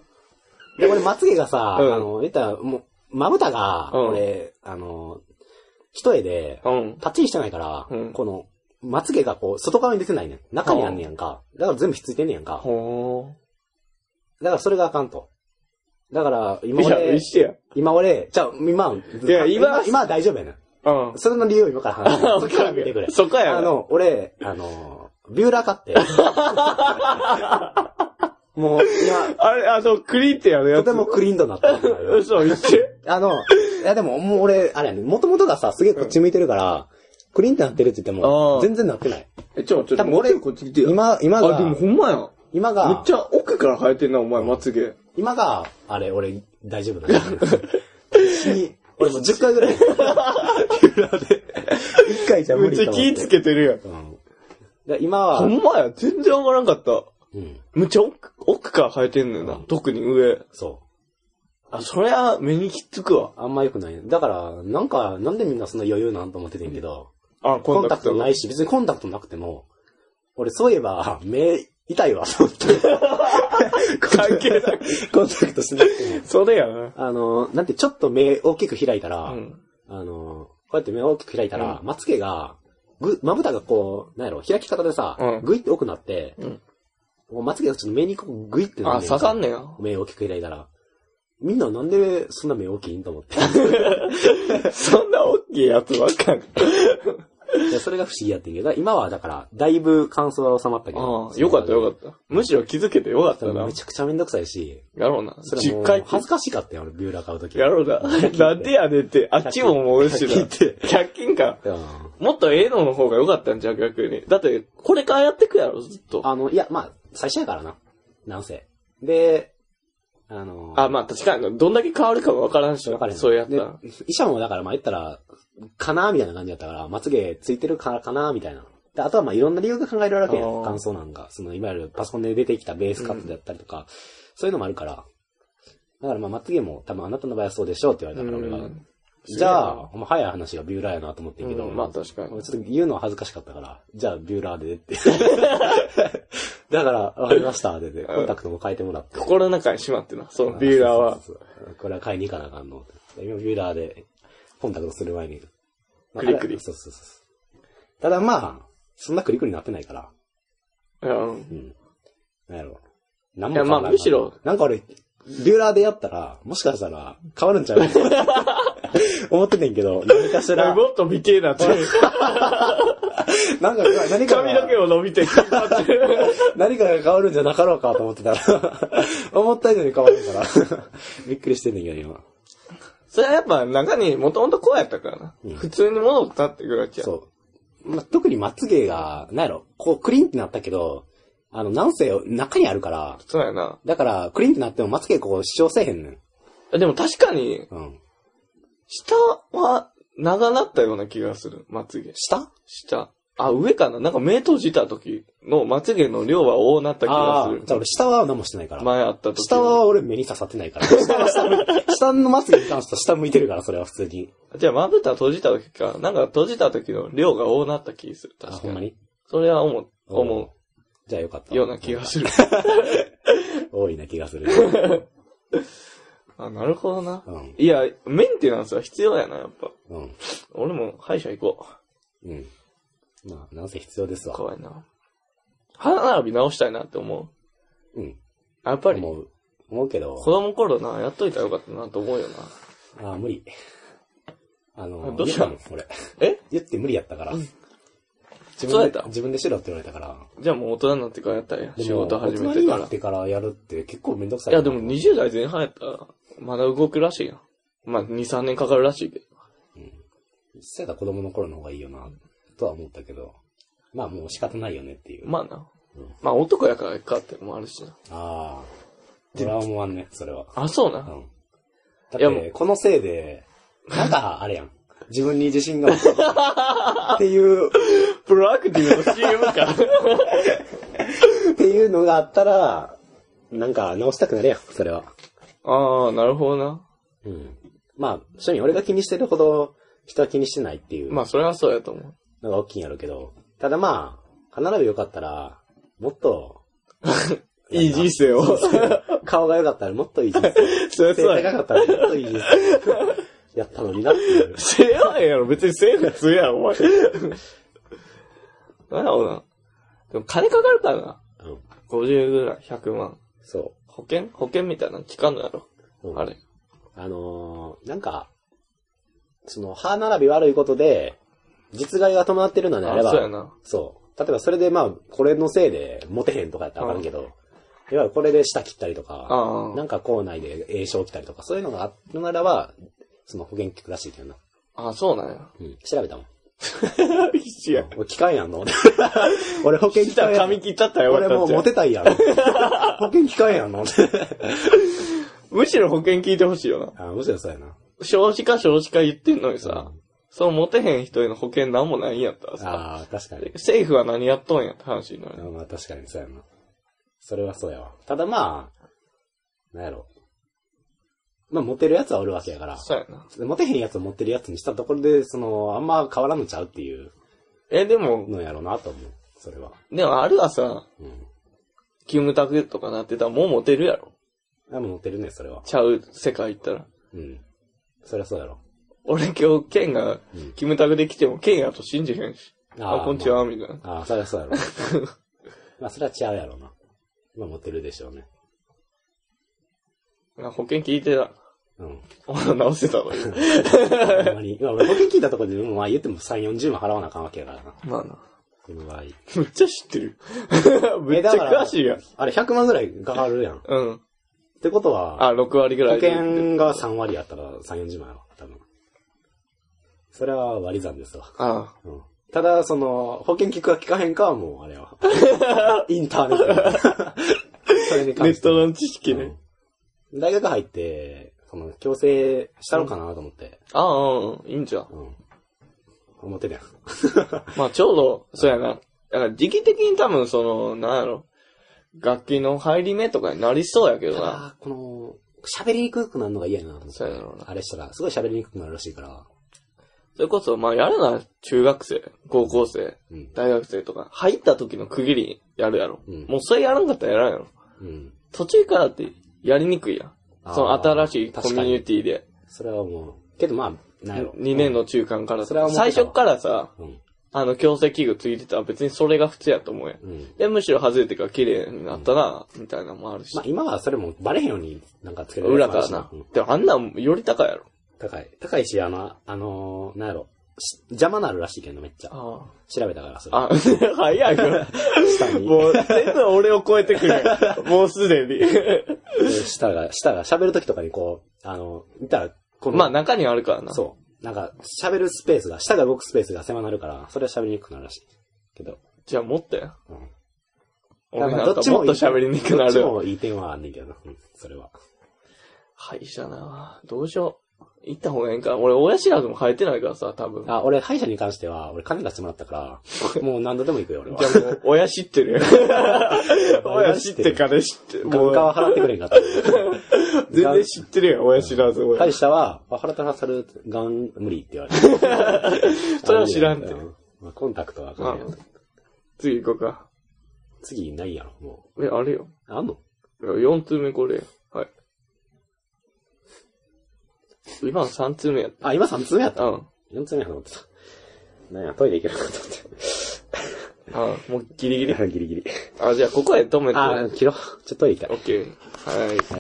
S2: で、俺、まつげがさ、
S1: うん
S2: あの、言ったら、もう、まぶたが、
S1: うん
S2: 俺、あの、一重で、
S1: うん。
S2: パッチリしてないから、
S1: うん
S2: この、まつげがこう、外側に出てないねん。中にあんねやんか。だから全部ひっついてんねやんか。
S1: ほ
S2: だからそれがあかんと。だから、
S1: ー。
S2: 今
S1: いや、
S2: 俺、
S1: 一緒や。
S2: 今俺、じゃあ、今、い
S1: や今
S2: 今は大丈夫やねん。
S1: うん。
S2: それの理由を今から話す。そっから見てくれ。
S1: そこやな。
S2: あの、俺、あの、ビューラー
S1: [laughs]
S2: 買って。もう、今、
S1: あれ、あの、クリってやるや
S2: と
S1: つ。
S2: てもクリーンとなった。
S1: 嘘、言って。
S2: あの、いやでも、もう俺、あれやね、もともとがさ、すげえこっち向いてるから、クリーンってなってるって言って
S1: あ
S2: も
S1: ー、
S2: 全然なってない。
S1: え、ちょ、ちょ、
S2: 多分俺
S1: もうちょいこっち来てや。
S2: 今、今
S1: あ、で
S2: が
S1: も、ほんまや。め
S2: 今
S1: っ
S2: が
S1: ち、ゃ奥から生えてんな、お前、まつげ。
S2: [laughs] 今が、あれ、俺、大丈夫なんだ。死に、俺もう10回ぐらい。裏で。1回じゃ
S1: め
S2: 無
S1: っ
S2: 理
S1: ちゃ
S2: と思って
S1: 気つけてる
S2: うん。で今
S1: やん。
S2: は、
S1: ほんまや、全然わからんかった。
S2: うん、
S1: むっちゃ奥、奥から生えてんねんな。
S2: うん
S1: 特に上。
S2: そ
S1: あ、そりゃ、目にきつくわ。
S2: う。あんま良くない。だから、なんか、なんでみんなそんな余裕なんと思っててんけど、
S1: あ、
S2: コンタクトないし、別にコンタクトなくても、俺そういえば、目、痛 [laughs] いわ、と思って。
S1: 関係ない。
S2: コンタクトしなくても。
S1: それやな。
S2: あの、なんてちょっと目大きく開いたら、
S1: うん。
S2: あの、こうやって目を大きく開いたら、まつげが、ぐ、まぶたがこう、なんやろ、開き方でさ、
S1: うん
S2: ぐいって多くなって、
S1: うん
S2: もうまつげがちょっと目にこうぐいって
S1: あ、
S2: んね
S1: 刺さんねや。
S2: 目大きく開いたら。みんななんでそんな目大きいんと
S1: [laughs]
S2: 思って。
S1: そんな大きいやつわかん。
S2: いやそれが不思議やってんけど、今はだから、だいぶ乾燥は収まったけ
S1: あ
S2: ど。
S1: あ、よかったよ
S2: っ
S1: かった。むしろ気づけてよかったな
S2: め。ちゃくちゃめんどくさいし、
S1: やろうな。
S2: それも
S1: 10回
S2: う恥ずかしかったよ、俺、ビューラー買うとき。
S1: やろうな。なんでやねん [laughs] って、あっちももうしろ。
S2: 100均っ
S1: 100均か。
S2: うん
S1: もっとええのの方が良かったんじゃう逆に。だって、これからやってくやろ、ずっと。
S2: あの、いや、まあ、最初やからな。なんせ。で、あの、
S1: あ、まあ確かに、どんだけ変わるかもわからんし
S2: わかる、
S1: そうやったら。
S2: で医者もだから、まあ言ったら、かなーみたいな感じだったから、まつげついてるからかなーみたいな。で、あとはまあいろんな理由が考えられるわけや
S1: あー
S2: ん。感想なんか。その、いわゆるパソコンで出てきたベースカットだったりとか、そういうのもあるから。だからまあまつげも多分あなたの場合はそうでしょうって言われたから俺
S1: う
S2: が
S1: ん。
S2: じゃあ、ほんま早い話がビューラーやなと思ってんけど、
S1: うんまあ確かに
S2: 俺ちょっと言うのは恥ずかしかったから、じゃあビューラー
S1: [laughs]
S2: でって。だから、わかりました、で、で、コンタクトも変えてもらって。
S1: 心の中にしまってな、そのビューラーは。
S2: そうそうそう。これは買いに行かなあかんの。今ビューラーでコンタクトする前に。まあ
S1: クリクリ
S2: あれそうそうそう。ただまあ、そんなクリクリなってないから。
S1: うん。
S2: うん。なんやろ。なん
S1: いやまあ
S2: 変わらん
S1: むしろ。
S2: なんか俺、ビューラーでやったら、もしかしたら変わるんちゃう
S1: [laughs]
S2: 思っててんけど、何かしら、
S1: もっと美形な [laughs] って。
S2: なんか、何かが
S1: 髪の毛も伸びてきたって。
S2: 何かが変わるんじゃなかろうかと思ってたら、思った以上に変わるから、びっくりしてんねんけど、今。
S1: [laughs] それはやっぱ中にもともとこうやったからな。
S2: うん
S1: 普通に戻ったってぐらいじゃん。
S2: そう。まあ、特にまつげが、なんやろ、こうクリンってなったけど、あの、なんせ中にあるから、
S1: そうやな。
S2: だから、クリンってなってもまつげこう主張せえへんねん。
S1: でも確かに、
S2: うん。
S1: 下は長なったような気がする、まつげ。
S2: 下
S1: 下。あ、上かななんか目閉じた時のまつげの量は多なった気が
S2: あー
S1: す
S2: じゃあ
S1: る。
S2: 俺下は何もしてないから。
S1: 前あった時。
S2: 下は俺目に刺さってな
S1: [laughs]
S2: いから。下は下向い下のまつげに関しては下向いてるから、それは普通に。
S1: じゃあ、まぶた閉じた時か。なんか閉じた時の量が多なった気がする。
S2: あ、
S1: 確か
S2: ほんま
S1: に。
S2: に
S1: それは思う、思
S2: う。じゃあよかった。
S1: うような気がする。
S2: 多いな気が
S1: [laughs]
S2: する。
S1: あ、なるほどな。
S2: うん。
S1: いや、メンテナンスは必要やな、やっぱ。
S2: うん。
S1: 俺も歯医者行こ
S2: うん。まあ、なんせ必要です
S1: う。
S2: わ。
S1: 怖いな。歯並び直したいなって思う。
S2: うん。
S1: やっぱり、
S2: 思
S1: 子
S2: う。思うけど。
S1: 供頃な、やっといたらよかったなと思うよな。
S2: ああ、無理。あの、
S1: どうしたの
S2: 言たもん俺。
S1: え
S2: 言って無理やったから。
S1: そ
S2: 自
S1: うや
S2: 分
S1: っ
S2: で
S1: た、
S2: 自分でしろって言われたから。
S1: じゃあもう大人になってからやったらや。
S2: でも
S1: 仕事始
S2: 大
S1: め
S2: 人
S1: て
S2: に
S1: か
S2: な
S1: ら
S2: っ。てからやるって結構めんどくさ
S1: い
S2: いな。
S1: や、でも20代前半やったら、まだ動くらしいやん。まあ、2、3年かかるらしいけど。
S2: 実際だ子供の頃の方がいいよな、とは思ったけど。まあもう仕方ないよねっていう。
S1: まあな
S2: うん。
S1: まあ男やからかってのもあるしな。
S2: ああ。俺は思わんね、それは。
S1: あ、そう
S2: う
S1: な。
S2: ん。だ
S1: いや
S2: っ
S1: も
S2: て、このせいで、なんか、あれやん。自分に自信
S1: [laughs]
S2: が持てないっていう
S1: プロアクティブの CM
S2: [laughs]
S1: か。
S2: っていうのがあったら、なんか直したくなるやん、それは。
S1: ああ、なるほどな。
S2: うん。まあ、正味俺が気にしてるほど人は気にしてないっていう
S1: まあ、それはそうやと思う。
S2: のが大きいんやろうけど、ただまあ、歯並び良かったら、もっと、
S1: いい人生を。
S2: 顔が良かったらもっといい人
S1: [laughs]
S2: 生。
S1: そりゃ
S2: 背
S1: そう
S2: 高
S1: や。
S2: かったらもっといい人生。 [laughs] やったのになっていう。
S1: せややろ、別にせえ普通やろ、お前。なんだろうな。でも金かかるからな。
S2: うん。
S1: 50ぐらい、100万。
S2: そ
S1: 保険保険みたいなの聞かんのやろ。
S2: う。うん
S1: あれ。
S2: あのー、なんか、その、歯並び悪いことで、実害が伴ってるのであれ
S1: あ、
S2: ば、
S1: そうやな。
S2: そう。例えばそれでまあ、これのせいでモテへんとかやったらわかるけど、いわゆるこれで舌切ったりとか、
S1: あ
S2: なんか校内で炎症起きたりとか、そういうのがあるならば、その保険聞くらしいけどな。
S1: あ。あ、そうなんや。
S2: うん。調べたもん。
S1: 必死や。
S2: 俺機関や
S1: [laughs]
S2: んの俺保険
S1: 来
S2: 機
S1: た
S2: 関
S1: ら
S2: やん
S1: 髪切ったったらよか
S2: 俺
S1: った
S2: も
S1: ん
S2: う
S1: ちゃう
S2: モテたいやん。 [laughs] 保険機関やんの [laughs]
S1: むしろ保険聞いてほしいよな。
S2: あ、むしろそうやな。
S1: 少子化少子化言ってんのにさ、
S2: うん
S1: そう持てへん人への保険なんもないんやったらさ、
S2: ああ、確かに。
S1: 政府は何やっとんやって話になる。
S2: まあ確かにそうやな。それはそうやわ。ただまあ、なんやろ。まあモテるやつはおるわけやから。
S1: そうやな。
S2: モテへんやつを持ってるやつにしたところで、その、あんま変わらんのちゃうっていう
S1: え、でも、
S2: のやろうなと思う。それは。
S1: でもあるはさ、
S2: うん。
S1: キムタクとかなってたらもうモテるやろ。
S2: でもモテるね、それは。
S1: ちゃう世界行ったら。
S2: うん。それはそうやろ。
S1: 俺今日、ケンが
S2: うん、
S1: キムタクで来ても、ケンやと信じへんし。あ、こんにちは、みたいな。
S2: まああー、それはそうやろ。 [laughs] まあそれは違うやろうな。まあモテるでしょうね。
S1: あ保険聞いてた。 [laughs]
S2: うん。
S1: 俺直せ [laughs] たのに。
S2: ほんまに。まあ [laughs] 俺保険聞いたところで、でもまあ言っても3、40万払わなあかんわけやからな。
S1: まあな。
S2: この場合。
S1: むっちゃ知って
S2: [laughs]
S1: る。めっちゃ詳しいやん。
S2: あれ100万ぐらいかかるやん。っ
S1: うん。
S2: てことは、
S1: あ、6割ぐ
S2: 保
S1: らいで。
S2: 険が3割やったら3、40万やろ、多分。それは割り算ですわ。
S1: あ
S2: うん。ただ、その、保険聞くか聞かへんかはもう、あ
S1: [laughs]
S2: れは。インターネット。 [laughs] それに
S1: あ。ネ
S2: 関し
S1: ッ
S2: て
S1: ト
S2: は。
S1: の知識ね。
S2: うん大学入って、その、強制したのかなと思って。
S1: ああ、うん、いいんじゃん。
S2: うん。思ってたやん。
S1: まあちょうど、そうやな。だから時期的に多分その、なんやろ。楽器の入り目とかになりそうやけどな。
S2: あーこの、喋りにくくなるのが嫌やなと思って
S1: そうやろうな。
S2: あれしたら、すごい喋りにくくなるらしいから。
S1: それこそ、まあやるなら中学生、高校生、
S2: うん。
S1: 大学生とか、入った時の区切りやるやろ。
S2: うん
S1: もうそれやらんかったらやらんやろ。
S2: うん。
S1: 途中からってやりにくいやん。
S2: あー
S1: その新しいコ
S2: 確
S1: ミ
S2: か
S1: ュ
S2: に
S1: ニティで。
S2: それはもう、けどまあ、なんやろ。
S1: 2年の中間から
S2: それは
S1: さ。
S2: 思ってた
S1: 最
S2: わ
S1: 初っからさ、
S2: うん。
S1: あの、強制器具ついてたら別にそれが普通やと思うやん。
S2: うん。
S1: で、むしろ外れてから綺麗になったな、みたいなのもあるし
S2: まあ。今はそれもバレへんようになんかつけてるや
S1: 裏
S2: つ
S1: か
S2: も
S1: ら
S2: あるし
S1: な
S2: うん。
S1: でもあんなんより高いやろ。
S2: 高い。高いし、あの、あのー、なんやろ。し邪魔なるらしいけど、めっちゃ。
S1: あ
S2: 調べたから、それ。
S1: あ。 [laughs] 早い [laughs] よ。
S2: 下に。
S1: もう、全部俺を超えてく [laughs] る。もうすでに。
S2: 下が、下が喋るときとかにこう、あの、見たら、この、
S1: まあ、中にはあるからな。
S2: そう。なんか、喋るスペースが、下が動くスペースが狭なるから、それは喋りにくくなるらしい。けど。
S1: じゃあ、もっとや。
S2: うん。
S1: 俺
S2: まあ
S1: なんかもっと喋りにくくな
S2: どっち
S1: るわ。
S2: もいい点はあんねんけどな。うん。それは。
S1: 歯医者などうしよう。行った方がいいんかな。俺、親知らずも生えてないからさ、多分。
S2: あ、俺、歯医者に関しては、俺、金出してもらっ
S1: [laughs]
S2: たから、もう何度でも行くよ、俺は
S1: じゃ。あもう、親知ってるやん。 [laughs] 親知って金知ってる。も
S2: 物価は
S1: う、
S2: 払ってくれんかった。
S1: 全然知ってるやん、親知らず。親
S2: 会社は、あ払ってなさる、がん、無理って言われて。
S1: [laughs] それは知らんて
S2: うまあ、コンタクトはあかんやん
S1: ま次行こうか。
S2: 次ないやろ、も
S1: え、あれよ。
S2: う。あんの
S1: 4通目これ。はい。今の3通目やっ。
S2: あ、今3つ目やったた。
S1: うん。
S2: 4つ目やと思ってた。なんや、トイレ行けるかと思っ
S1: あもうギリギリ。
S2: [laughs] て。ギリギリ。
S1: あ、じゃあここで止めて。
S2: あ、切ろう。ちょっとトイレ行きたい
S1: オッケー。はい。